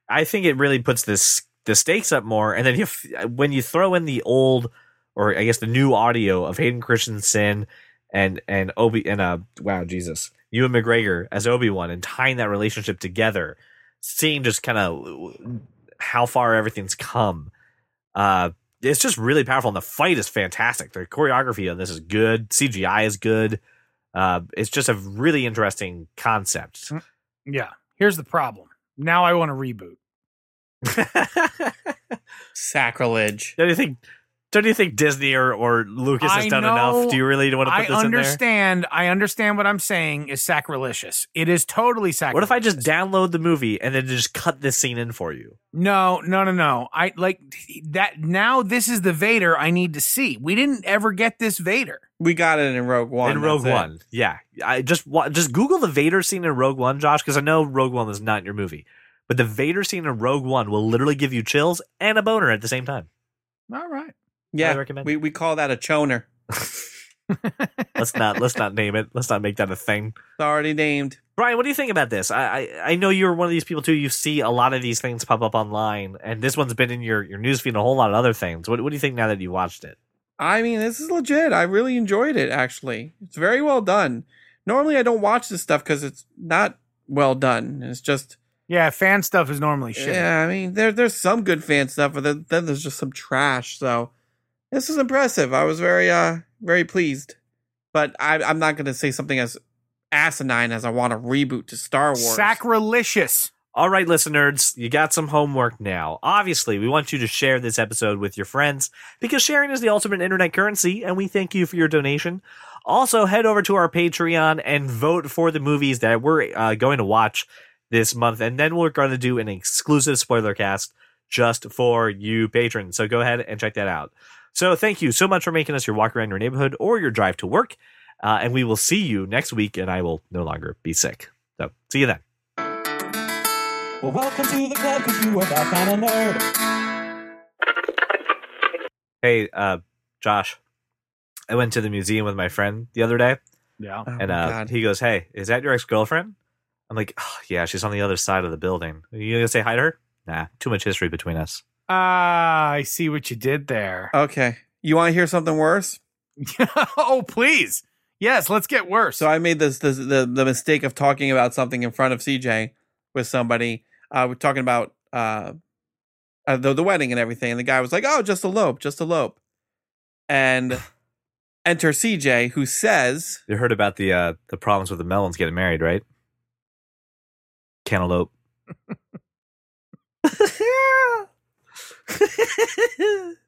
[SPEAKER 2] I think it really puts this the stakes up more, and then if when you throw in the old or I guess the new audio of Hayden Christensen and and Obi and uh wow Jesus Ewan McGregor as Obi Wan and tying that relationship together, seeing just kind of how far everything's come. Uh, it's just really powerful, and the fight is fantastic. The choreography on this is good. CGI is good. Uh, it's just a really interesting concept.
[SPEAKER 4] yeah. Here's the problem. Now I want to reboot.
[SPEAKER 2] don't
[SPEAKER 3] Sacrilege.
[SPEAKER 2] you think? Don't you think Disney or, or Lucas has
[SPEAKER 4] I
[SPEAKER 2] done
[SPEAKER 4] know-
[SPEAKER 2] enough? Do you really want to put
[SPEAKER 4] I
[SPEAKER 2] this in
[SPEAKER 4] understand. I understand what I'm saying is sacrilegious. It is totally
[SPEAKER 2] there?
[SPEAKER 4] sacrilegious.
[SPEAKER 2] What if I just download the movie and then just cut this scene in for you?
[SPEAKER 4] No, no, no, no. I like that. Now this is the Vader I need to see. We didn't ever get this Vader.
[SPEAKER 3] We got it in Rogue One.
[SPEAKER 2] in Rogue
[SPEAKER 3] that's it.
[SPEAKER 2] One. Yeah, I just wa- just Google the Vader scene in Rogue One, Josh, because I know Rogue One was not your movie, but the Vader scene in Rogue One will literally give you chills and a boner at the same time.
[SPEAKER 4] All right.
[SPEAKER 2] I
[SPEAKER 3] Yeah,
[SPEAKER 2] recommend.
[SPEAKER 3] we, we call that a choner.
[SPEAKER 2] let's not let's not name it. Let's not make that a thing.
[SPEAKER 3] It's already named.
[SPEAKER 2] Brian, what do you think about this? I, I I know you're one of these people too. You see a lot of these things pop up online, and this one's been in your your newsfeed and a whole lot of other things. What what do you think now that you watched it?
[SPEAKER 3] I mean, this is legit. I really enjoyed it, actually. It's very well done. Normally, I don't watch this stuff because it's not well done. It's just,
[SPEAKER 4] Yeah, fan stuff is normally shit.
[SPEAKER 3] yeah, I mean, there, there's some good fan stuff, but then, then there's just some trash. So, this is impressive. I was very, uh, very pleased. But I, I'm not going to say something as asinine as I want a reboot to Star Wars.
[SPEAKER 4] Sacrilegious.
[SPEAKER 2] All right, listeners, you got some homework now. Obviously, we want you to share this episode with your friends because sharing is the ultimate internet currency, and we thank you for your donation. Also, head over to our Patreon and vote for the movies that we're uh, going to watch this month, and then we're going to do an exclusive spoiler cast just for you patrons. So go ahead and check that out. So thank you so much for making us your walk around your neighborhood or your drive to work, uh, and we will see you next week. And I will no longer be sick. So see you then.
[SPEAKER 1] Well, welcome to the club because you are that kind of nerd.
[SPEAKER 2] Hey, uh, Josh, I went to the museum with my friend the other day,
[SPEAKER 4] Yeah.
[SPEAKER 3] Oh,
[SPEAKER 2] and
[SPEAKER 3] my
[SPEAKER 2] uh,
[SPEAKER 3] God.
[SPEAKER 2] he goes, "Hey, is that your ex girlfriend?" I'm like, oh, "Yeah, she's on the other side of the building. Are you gonna say hi to her?" Nah, too much history between us.
[SPEAKER 4] Ah, I see what you did there.
[SPEAKER 3] Okay. You want to hear something worse?
[SPEAKER 4] oh, please. Yes, let's get worse.
[SPEAKER 3] So I made this, this the the mistake of talking about something in front of CJ with somebody. Uh, we're talking about uh, uh, the the wedding and everything, and the guy was like, "Oh, just elope, just elope," and enter CJ who says,
[SPEAKER 2] You heard about the uh, the problems with the melons getting married, right? Cantaloupe.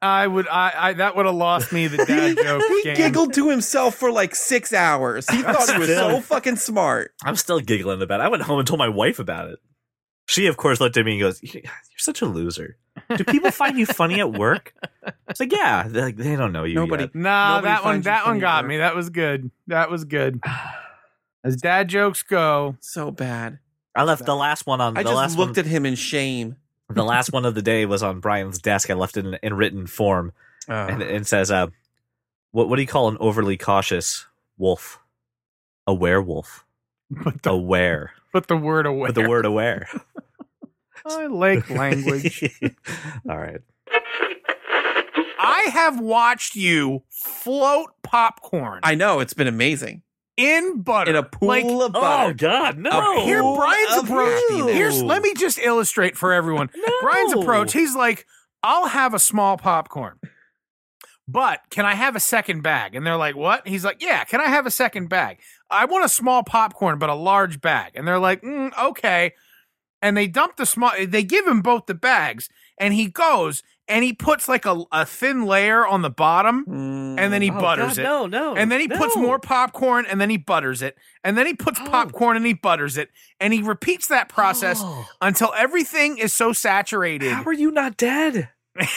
[SPEAKER 4] I would. I, I that would have lost me the dad joke.
[SPEAKER 3] "He
[SPEAKER 4] game.
[SPEAKER 3] giggled to himself for like six hours. He thought he was so fucking smart."
[SPEAKER 2] I'm still giggling about it. I went home and told my wife about it. She, of course, looked at me and goes, You're such a loser. Do people find you funny at work? It's like, Yeah, They're like, they don't know you.
[SPEAKER 3] Nobody.
[SPEAKER 2] yet."
[SPEAKER 4] Nah,
[SPEAKER 3] Nobody
[SPEAKER 4] that one.
[SPEAKER 3] finds you
[SPEAKER 4] That one
[SPEAKER 3] funny at
[SPEAKER 4] got
[SPEAKER 3] work.
[SPEAKER 4] me. That was good. That was good. As dad jokes go,
[SPEAKER 3] So bad.
[SPEAKER 2] I left the last one on
[SPEAKER 3] I
[SPEAKER 2] the
[SPEAKER 3] just
[SPEAKER 2] last
[SPEAKER 3] looked
[SPEAKER 2] one,
[SPEAKER 3] at him in shame.
[SPEAKER 2] the last one of the day was on Brian's desk. I left it in, in written form
[SPEAKER 4] Ah.
[SPEAKER 2] and it says, uh, what, what do you call an overly cautious wolf? A werewolf.
[SPEAKER 4] put the
[SPEAKER 2] Aware.
[SPEAKER 4] put the word away.
[SPEAKER 2] With the word aware.
[SPEAKER 4] I like language.
[SPEAKER 2] All right.
[SPEAKER 4] I have watched you float popcorn
[SPEAKER 3] I know it's been amazing
[SPEAKER 4] in butter
[SPEAKER 3] in a pool
[SPEAKER 4] Like,
[SPEAKER 2] oh,
[SPEAKER 3] of butter.
[SPEAKER 2] God,
[SPEAKER 3] no.
[SPEAKER 4] Here,
[SPEAKER 3] Oh,
[SPEAKER 4] Brian's
[SPEAKER 3] of
[SPEAKER 4] approach.
[SPEAKER 3] happiness.
[SPEAKER 4] Here's let me just illustrate for everyone. Brian's approach. He's like, "I'll have a small popcorn, but can I have a second bag?" And they're like, "What?" He's like, "Yeah, can I have a second bag? I want a small popcorn, but a large bag." And they're like, mm, "Okay." And they dump the small. They give him both the bags, and he goes and he puts like a, a thin layer on the bottom,
[SPEAKER 3] Hmm.
[SPEAKER 4] and then he butters it.
[SPEAKER 2] Oh, No, no. Oh.
[SPEAKER 4] And then he puts more popcorn and then he butters it. And then he puts popcorn and he butters it. And he repeats that process until everything is so saturated
[SPEAKER 2] How are you not dead?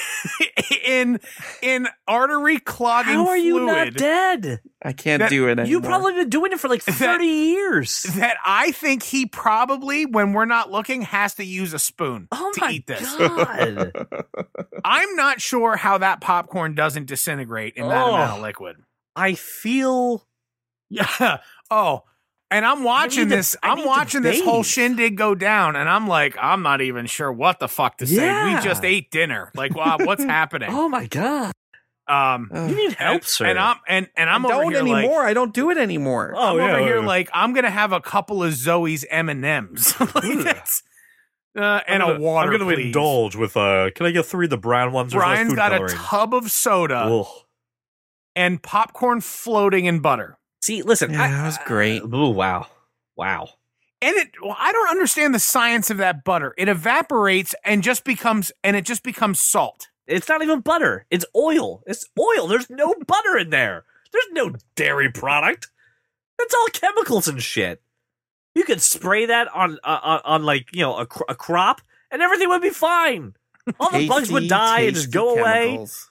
[SPEAKER 4] in in artery clogging
[SPEAKER 2] How are you not
[SPEAKER 4] fluid
[SPEAKER 2] dead?
[SPEAKER 3] I can't
[SPEAKER 4] That-
[SPEAKER 3] do it anymore.
[SPEAKER 2] You've probably been doing it for like 30 years.
[SPEAKER 4] that I think he probably, when we're not looking, has to use a spoon
[SPEAKER 2] Oh
[SPEAKER 4] to
[SPEAKER 2] my
[SPEAKER 4] eat this.
[SPEAKER 2] God.
[SPEAKER 4] I'm not sure how that popcorn doesn't disintegrate in that
[SPEAKER 2] Oh.
[SPEAKER 4] amount of liquid.
[SPEAKER 2] I feel
[SPEAKER 4] Yeah. Oh. And I'm watching
[SPEAKER 2] need to-
[SPEAKER 4] this.
[SPEAKER 2] I need
[SPEAKER 4] I'm
[SPEAKER 2] to
[SPEAKER 4] watching this whole
[SPEAKER 2] bathe.
[SPEAKER 4] shindig go down, and I'm like, I'm not even sure what the fuck to say.
[SPEAKER 2] Yeah.
[SPEAKER 4] We just ate dinner. Like, wow, what's happening?
[SPEAKER 2] Oh my god.
[SPEAKER 4] Um,
[SPEAKER 3] Ugh.
[SPEAKER 2] You need help,
[SPEAKER 4] and,
[SPEAKER 2] sir.
[SPEAKER 4] and I'm and and I'm
[SPEAKER 3] I
[SPEAKER 4] over
[SPEAKER 3] don't
[SPEAKER 4] here like,
[SPEAKER 3] anymore. I don't do it anymore.
[SPEAKER 2] oh,
[SPEAKER 4] I'm
[SPEAKER 2] yeah,
[SPEAKER 4] over here
[SPEAKER 2] yeah.
[SPEAKER 4] like I'm gonna have a couple of Zoe's M and M's, uh,
[SPEAKER 2] Ugh.
[SPEAKER 4] and a water.
[SPEAKER 2] I'm gonna
[SPEAKER 4] please.
[SPEAKER 2] indulge with uh can I get three of the brown ones with no
[SPEAKER 4] Brian's
[SPEAKER 2] food
[SPEAKER 4] got
[SPEAKER 2] coloring?
[SPEAKER 4] a tub of soda
[SPEAKER 2] Ugh.
[SPEAKER 4] and popcorn floating in butter.
[SPEAKER 2] See, listen.
[SPEAKER 3] Yeah,
[SPEAKER 2] I-
[SPEAKER 3] that was great.
[SPEAKER 2] Ooh, wow. Wow.
[SPEAKER 4] and it well, i don't understand the science of that butter it evaporates and just becomes and it just becomes salt
[SPEAKER 2] It's not even butter. It's oil. It's oil. There's no butter in there. There's no dairy product. That's all chemicals and shit. You could spray that on uh, on, on like you know a, cr- a crop, and everything would be fine. All the bugs would
[SPEAKER 3] Tasty,
[SPEAKER 2] die and just
[SPEAKER 3] tasty
[SPEAKER 2] go away.
[SPEAKER 3] chemicals.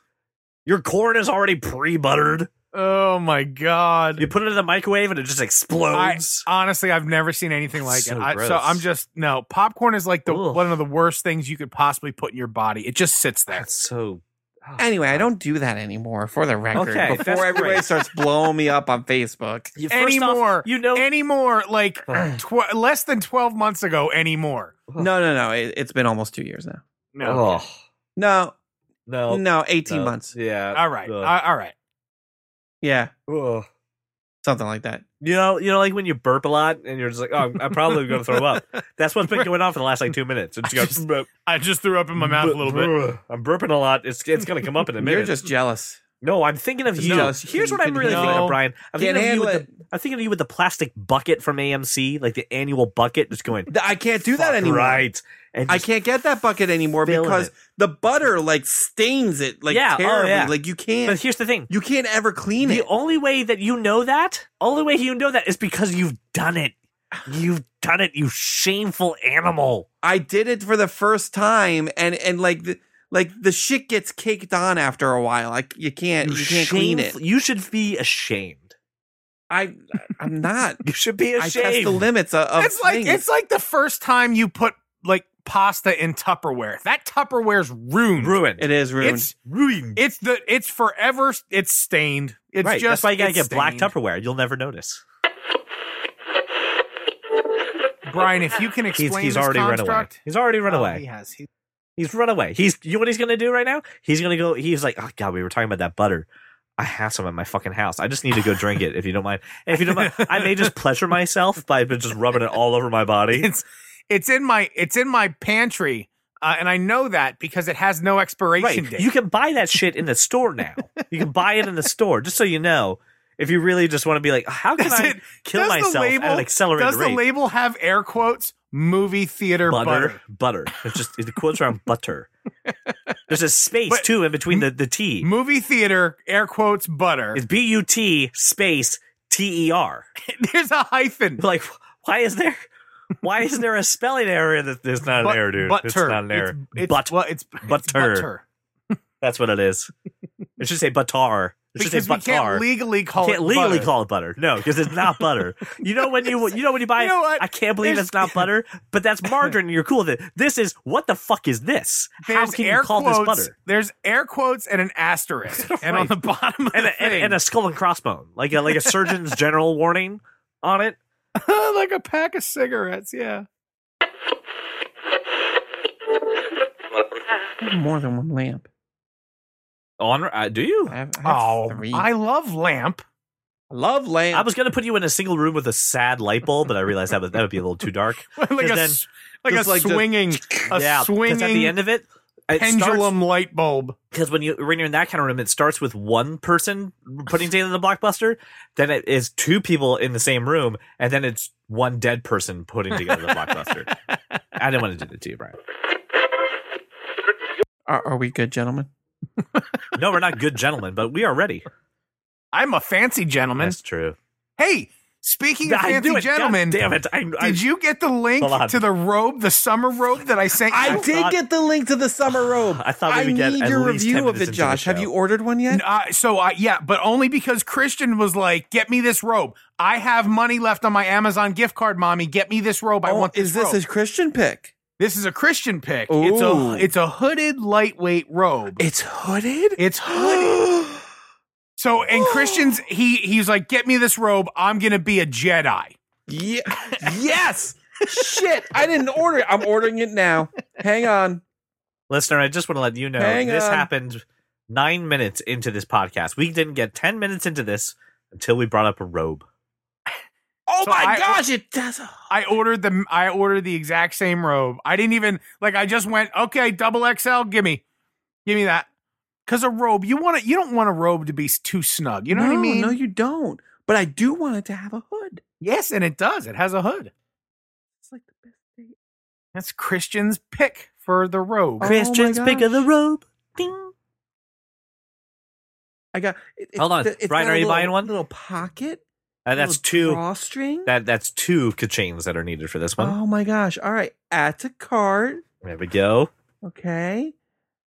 [SPEAKER 2] Your corn is already pre-buttered.
[SPEAKER 4] oh my god
[SPEAKER 2] You put it in the microwave and it just
[SPEAKER 4] I,
[SPEAKER 2] explodes.
[SPEAKER 4] honestly i've never seen anything like
[SPEAKER 2] So
[SPEAKER 4] it I,
[SPEAKER 2] gross.
[SPEAKER 4] so i'm just no popcorn is like the
[SPEAKER 2] Ugh.
[SPEAKER 4] one of the worst things you could possibly put in your body it just sits there
[SPEAKER 2] That's so. oh,
[SPEAKER 3] Anyway, I don't do that anymore. For the record,
[SPEAKER 2] Okay, that's
[SPEAKER 3] before everybody
[SPEAKER 2] great.
[SPEAKER 3] starts blowing me up on Facebook,
[SPEAKER 2] You, first
[SPEAKER 4] anymore
[SPEAKER 2] off, you know.
[SPEAKER 4] anymore like
[SPEAKER 2] Ugh.
[SPEAKER 4] tw- less than 12 months ago anymore
[SPEAKER 3] no, no, no. It, it's been almost two years now.
[SPEAKER 4] no
[SPEAKER 2] Ugh.
[SPEAKER 3] No,
[SPEAKER 2] No,
[SPEAKER 3] no, 18
[SPEAKER 2] no.
[SPEAKER 3] months.
[SPEAKER 2] Yeah.
[SPEAKER 4] All right.
[SPEAKER 2] Ugh.
[SPEAKER 4] Uh, all right.
[SPEAKER 3] Yeah,
[SPEAKER 2] Ugh.
[SPEAKER 3] something like that.
[SPEAKER 2] You know, you know, like when you burp a lot and you're just like, oh, I'm, I'm probably going to throw up. That's what's been going on for the last like two minutes. It's
[SPEAKER 4] I
[SPEAKER 2] going,
[SPEAKER 4] just- I just threw up in my mouth a little bit.
[SPEAKER 2] I'm burping a lot. It's it's going to come up in a minute.
[SPEAKER 3] You're just jealous.
[SPEAKER 2] no, I'm thinking of
[SPEAKER 3] Just
[SPEAKER 2] you.
[SPEAKER 3] jealous.
[SPEAKER 2] Here's what I'm
[SPEAKER 3] Couldn't
[SPEAKER 2] really
[SPEAKER 4] handle
[SPEAKER 2] thinking
[SPEAKER 4] it.
[SPEAKER 2] of, Brian. I'm
[SPEAKER 3] Can't
[SPEAKER 2] thinking of you
[SPEAKER 3] handle
[SPEAKER 2] with
[SPEAKER 3] it.
[SPEAKER 2] The, I'm thinking of you with the plastic bucket from AMC, like the annual bucket, just going.
[SPEAKER 3] Th- I can't do that
[SPEAKER 2] "Fuck
[SPEAKER 3] anymore.
[SPEAKER 2] Right. And
[SPEAKER 3] I
[SPEAKER 2] just-
[SPEAKER 3] can't get that bucket anymore
[SPEAKER 2] Feeling
[SPEAKER 3] because
[SPEAKER 2] it.
[SPEAKER 3] the butter like stains it like
[SPEAKER 2] Yeah, oh,
[SPEAKER 3] terribly.
[SPEAKER 2] yeah.
[SPEAKER 3] Like you
[SPEAKER 2] But
[SPEAKER 3] can't
[SPEAKER 2] here's the thing.
[SPEAKER 3] you can't ever clean
[SPEAKER 2] The
[SPEAKER 3] it.
[SPEAKER 2] only way that you know that, only way you know that is because you've done it. You've done it, you shameful animal.
[SPEAKER 3] I did it for the first time and and like the like the shit gets caked on after a while. Like you can't you, can't clean it.
[SPEAKER 2] shameful- You should be ashamed.
[SPEAKER 3] I I'm not.
[SPEAKER 2] You should be
[SPEAKER 3] I test
[SPEAKER 2] ashamed.
[SPEAKER 3] the limits of, of
[SPEAKER 4] It's like
[SPEAKER 3] things.
[SPEAKER 4] it's like the first time you put like pasta in Tupperware. That Tupperware's ruined.
[SPEAKER 2] Ruined.
[SPEAKER 3] it is ruined.
[SPEAKER 4] It's
[SPEAKER 2] ruined.
[SPEAKER 4] it's the it's forever. It's stained. It's
[SPEAKER 2] right.
[SPEAKER 4] just
[SPEAKER 2] That's why you gotta get
[SPEAKER 4] it's
[SPEAKER 2] black
[SPEAKER 4] stained.
[SPEAKER 2] Tupperware. You'll never notice.
[SPEAKER 4] Brian, if you can explain,
[SPEAKER 2] He's, he's
[SPEAKER 4] this
[SPEAKER 2] already run away.
[SPEAKER 4] construct,
[SPEAKER 2] He's already run
[SPEAKER 4] Oh, he
[SPEAKER 2] away.
[SPEAKER 4] has. He-
[SPEAKER 2] He's run away. He's you know what he's gonna do right now? He's gonna go. He's like, oh god, we were talking about that butter. I have some at my fucking house. I just need to go drink it if you don't mind. And if you don't mind, I may just pleasure myself by just rubbing it all over my body.
[SPEAKER 4] it's it's in my it's in my pantry, uh, and I know that because it has no expiration date.
[SPEAKER 2] You can buy that shit in the store now. You can buy it in the store, just so you know. If you really just want to be like, how can
[SPEAKER 4] Does
[SPEAKER 2] I
[SPEAKER 4] it-
[SPEAKER 2] kill
[SPEAKER 4] does the
[SPEAKER 2] myself
[SPEAKER 4] label-
[SPEAKER 2] at an accelerated
[SPEAKER 4] Does the
[SPEAKER 2] rate?
[SPEAKER 4] label have air quotes? Movie theater butter.
[SPEAKER 2] butter, butter. It's just the quotes around butter. There's a space
[SPEAKER 4] But-
[SPEAKER 2] too in between the the T.
[SPEAKER 4] Movie theater air quotes butter.
[SPEAKER 2] It's B U T space T E R.
[SPEAKER 4] There's a hyphen.
[SPEAKER 2] Like, why is there? Why isn't there a spelling error? in this? There's not an
[SPEAKER 4] But-
[SPEAKER 2] error, dude. It's
[SPEAKER 4] butter.
[SPEAKER 2] not an error.
[SPEAKER 4] It's, it's,
[SPEAKER 2] But-
[SPEAKER 4] well, it's, it's
[SPEAKER 2] butter.
[SPEAKER 4] butter.
[SPEAKER 2] That's what it is. It should say butar. It should
[SPEAKER 4] Because
[SPEAKER 2] say
[SPEAKER 4] we
[SPEAKER 2] butar.
[SPEAKER 4] can't legally call
[SPEAKER 2] can't
[SPEAKER 4] it
[SPEAKER 2] legally
[SPEAKER 4] butter.
[SPEAKER 2] call it butter. No, because it's not butter. You know when you you know when you buy.
[SPEAKER 4] You know what?
[SPEAKER 2] I can't believe
[SPEAKER 4] There's-
[SPEAKER 2] it's not butter, but that's margarine. and You're cool with it. This is what the fuck is this? How
[SPEAKER 4] There's
[SPEAKER 2] can
[SPEAKER 4] air
[SPEAKER 2] you call
[SPEAKER 4] quotes,
[SPEAKER 2] this butter?
[SPEAKER 4] There's air quotes and an asterisk, and on the bottom of
[SPEAKER 2] And
[SPEAKER 4] the
[SPEAKER 2] a, and,
[SPEAKER 4] thing,
[SPEAKER 2] and a skull and crossbone, like a, like a surgeon's general warning on it.
[SPEAKER 4] like a pack of cigarettes. Yeah.
[SPEAKER 3] I have more than one lamp.
[SPEAKER 2] On uh, do you?
[SPEAKER 3] I have, I have
[SPEAKER 4] Oh,
[SPEAKER 3] three.
[SPEAKER 4] I love lamp.
[SPEAKER 3] I love lamp.
[SPEAKER 2] I was gonna put you in a single room with a sad light bulb, but I realized that would, that would be a little too dark.
[SPEAKER 4] like a
[SPEAKER 2] 'Cause then-
[SPEAKER 4] s- like a
[SPEAKER 3] just like the-
[SPEAKER 4] swinging a
[SPEAKER 2] yeah, 'cause
[SPEAKER 4] swinging
[SPEAKER 2] at the end of it, it
[SPEAKER 4] pendulum light bulb.
[SPEAKER 2] because when you when you're in that kind of room, it starts with one person putting together the blockbuster, then it is two people in the same room, and then it's one dead person putting together the blockbuster. I didn't want to do that to you, Brian.
[SPEAKER 3] are, are we good, gentlemen?
[SPEAKER 2] No, we're not good gentlemen, but we are ready.
[SPEAKER 4] I'm a fancy gentleman.
[SPEAKER 2] That's true.
[SPEAKER 4] Hey, speaking of
[SPEAKER 2] I knew
[SPEAKER 4] fancy
[SPEAKER 2] it.
[SPEAKER 4] gentlemen,
[SPEAKER 2] God damn it! I, I,
[SPEAKER 4] did you get the link
[SPEAKER 2] Hold on.
[SPEAKER 4] to the robe, the summer robe that I sent
[SPEAKER 3] I
[SPEAKER 4] you?
[SPEAKER 3] did
[SPEAKER 2] thought-
[SPEAKER 3] get the link to the summer robe.
[SPEAKER 2] I thought we would get
[SPEAKER 3] need
[SPEAKER 2] at
[SPEAKER 3] your
[SPEAKER 2] least 10
[SPEAKER 3] review of
[SPEAKER 2] minutes
[SPEAKER 3] it,
[SPEAKER 2] into the
[SPEAKER 3] Josh. Have
[SPEAKER 2] show.
[SPEAKER 3] you ordered one yet?
[SPEAKER 4] Uh, so I yeah, but only because Christian was like, "Get me this robe. I have money left on my Amazon gift card, mommy. Get me this robe. I
[SPEAKER 3] Oh,
[SPEAKER 4] want this
[SPEAKER 3] is this
[SPEAKER 4] robe."
[SPEAKER 3] a Christian pick?
[SPEAKER 4] this is a Christian pick. It's
[SPEAKER 3] Ooh.
[SPEAKER 4] a it's a hooded lightweight robe.
[SPEAKER 3] It's hooded.
[SPEAKER 4] It's hooded. so and Christian's he he's like, "Get me this robe. I'm gonna be a Jedi."
[SPEAKER 3] yeah. Yes. Shit. I didn't order it. I'm ordering it now. Hang on.
[SPEAKER 2] listener? I just want to let you know
[SPEAKER 3] Hang
[SPEAKER 2] this
[SPEAKER 3] on.
[SPEAKER 2] happened nine minutes into this podcast. We didn't get ten minutes into this until we brought up a robe.
[SPEAKER 3] Oh
[SPEAKER 4] So
[SPEAKER 3] my
[SPEAKER 4] I-
[SPEAKER 3] gosh! It does.
[SPEAKER 4] I ordered the I ordered the exact same robe. I didn't even like. I just went okay, double XL. Give me, give me that. Cause a robe, you want to you don't want a robe to be s- too snug. You know what I
[SPEAKER 3] No,
[SPEAKER 4] mean? Oh
[SPEAKER 3] No, you don't. But I do want it to have a hood. Oh
[SPEAKER 4] Yes, and it does. It has a hood.
[SPEAKER 3] It's like the best thing.
[SPEAKER 4] That's Christian's pick for the robe.
[SPEAKER 3] Oh my
[SPEAKER 2] Christian's pick of the
[SPEAKER 3] gosh.
[SPEAKER 2] robe. Ding.
[SPEAKER 3] I got. It, it's
[SPEAKER 2] Hold on.
[SPEAKER 3] the- it's
[SPEAKER 2] Brian,
[SPEAKER 3] got a
[SPEAKER 2] are you
[SPEAKER 3] little-
[SPEAKER 2] buying one?
[SPEAKER 3] Little pocket.
[SPEAKER 2] And Uh, that's
[SPEAKER 3] little
[SPEAKER 2] two.
[SPEAKER 3] drawstring.
[SPEAKER 2] That that's two kachings that are needed for this one.
[SPEAKER 3] Oh my gosh! All right, add to cart.
[SPEAKER 2] There we go.
[SPEAKER 3] Okay.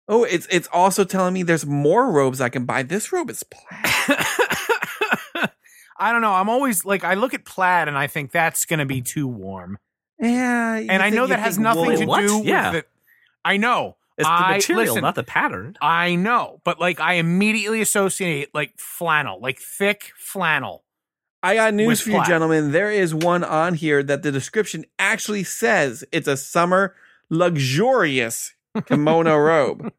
[SPEAKER 3] Oh, it's it's also telling me there's more robes I can buy. This robe is plaid.
[SPEAKER 4] I don't know. I'm always like I look at plaid and I think that's going to be too warm.
[SPEAKER 3] Yeah, you
[SPEAKER 4] And I
[SPEAKER 3] think-
[SPEAKER 4] know
[SPEAKER 3] you
[SPEAKER 4] that has
[SPEAKER 3] think
[SPEAKER 4] nothing
[SPEAKER 3] wool-
[SPEAKER 4] to
[SPEAKER 2] Wait, what?
[SPEAKER 4] do
[SPEAKER 2] Yeah.
[SPEAKER 4] with it. I know.
[SPEAKER 2] It's the
[SPEAKER 4] I-
[SPEAKER 2] material,
[SPEAKER 4] listen,
[SPEAKER 2] not the pattern.
[SPEAKER 4] I know, but like I immediately associate like flannel, like thick flannel.
[SPEAKER 3] I got news
[SPEAKER 4] with
[SPEAKER 3] for you,
[SPEAKER 4] plaid.
[SPEAKER 3] gentlemen. There is one on here that the description actually says it's a summer luxurious kimono robe.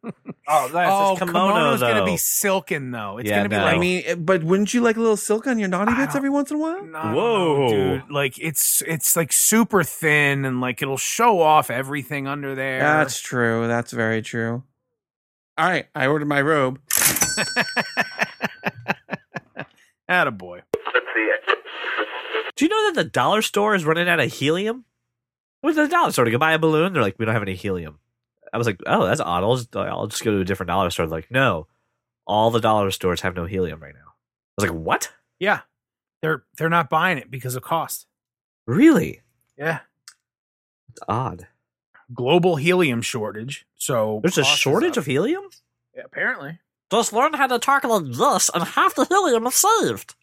[SPEAKER 2] Oh, that's
[SPEAKER 4] oh,
[SPEAKER 2] kimono,
[SPEAKER 4] kimono's
[SPEAKER 2] though.
[SPEAKER 4] gonna be silken though. It's
[SPEAKER 2] Yeah,
[SPEAKER 4] gonna be
[SPEAKER 2] no.
[SPEAKER 4] like
[SPEAKER 3] I mean, it- but wouldn't you like a little silk on your naughty
[SPEAKER 4] I
[SPEAKER 3] bits every once in a while?
[SPEAKER 4] I don't
[SPEAKER 2] Whoa.
[SPEAKER 4] know, dude! Like it's it's like super thin and like it'll show off everything under there.
[SPEAKER 3] That's true. That's very true. All right, I ordered my robe.
[SPEAKER 4] Attaboy.
[SPEAKER 2] Do you know that the dollar store is running out of helium? I went to the dollar store to go buy a balloon. They're like, we don't have any helium. I was like, oh, that's odd. I'll just, I'll just go to a different dollar store. They're like, no, all the dollar stores have no helium right now. I was like, what?
[SPEAKER 4] Yeah, they're they're not buying it because of cost.
[SPEAKER 2] Really?
[SPEAKER 4] Yeah,
[SPEAKER 2] It's odd.
[SPEAKER 4] global helium shortage. So
[SPEAKER 2] There's a
[SPEAKER 4] cost is
[SPEAKER 2] shortage
[SPEAKER 4] up.
[SPEAKER 2] of helium?
[SPEAKER 4] Yeah, apparently.
[SPEAKER 2] Just learn how to talk like this, and half the helium is saved.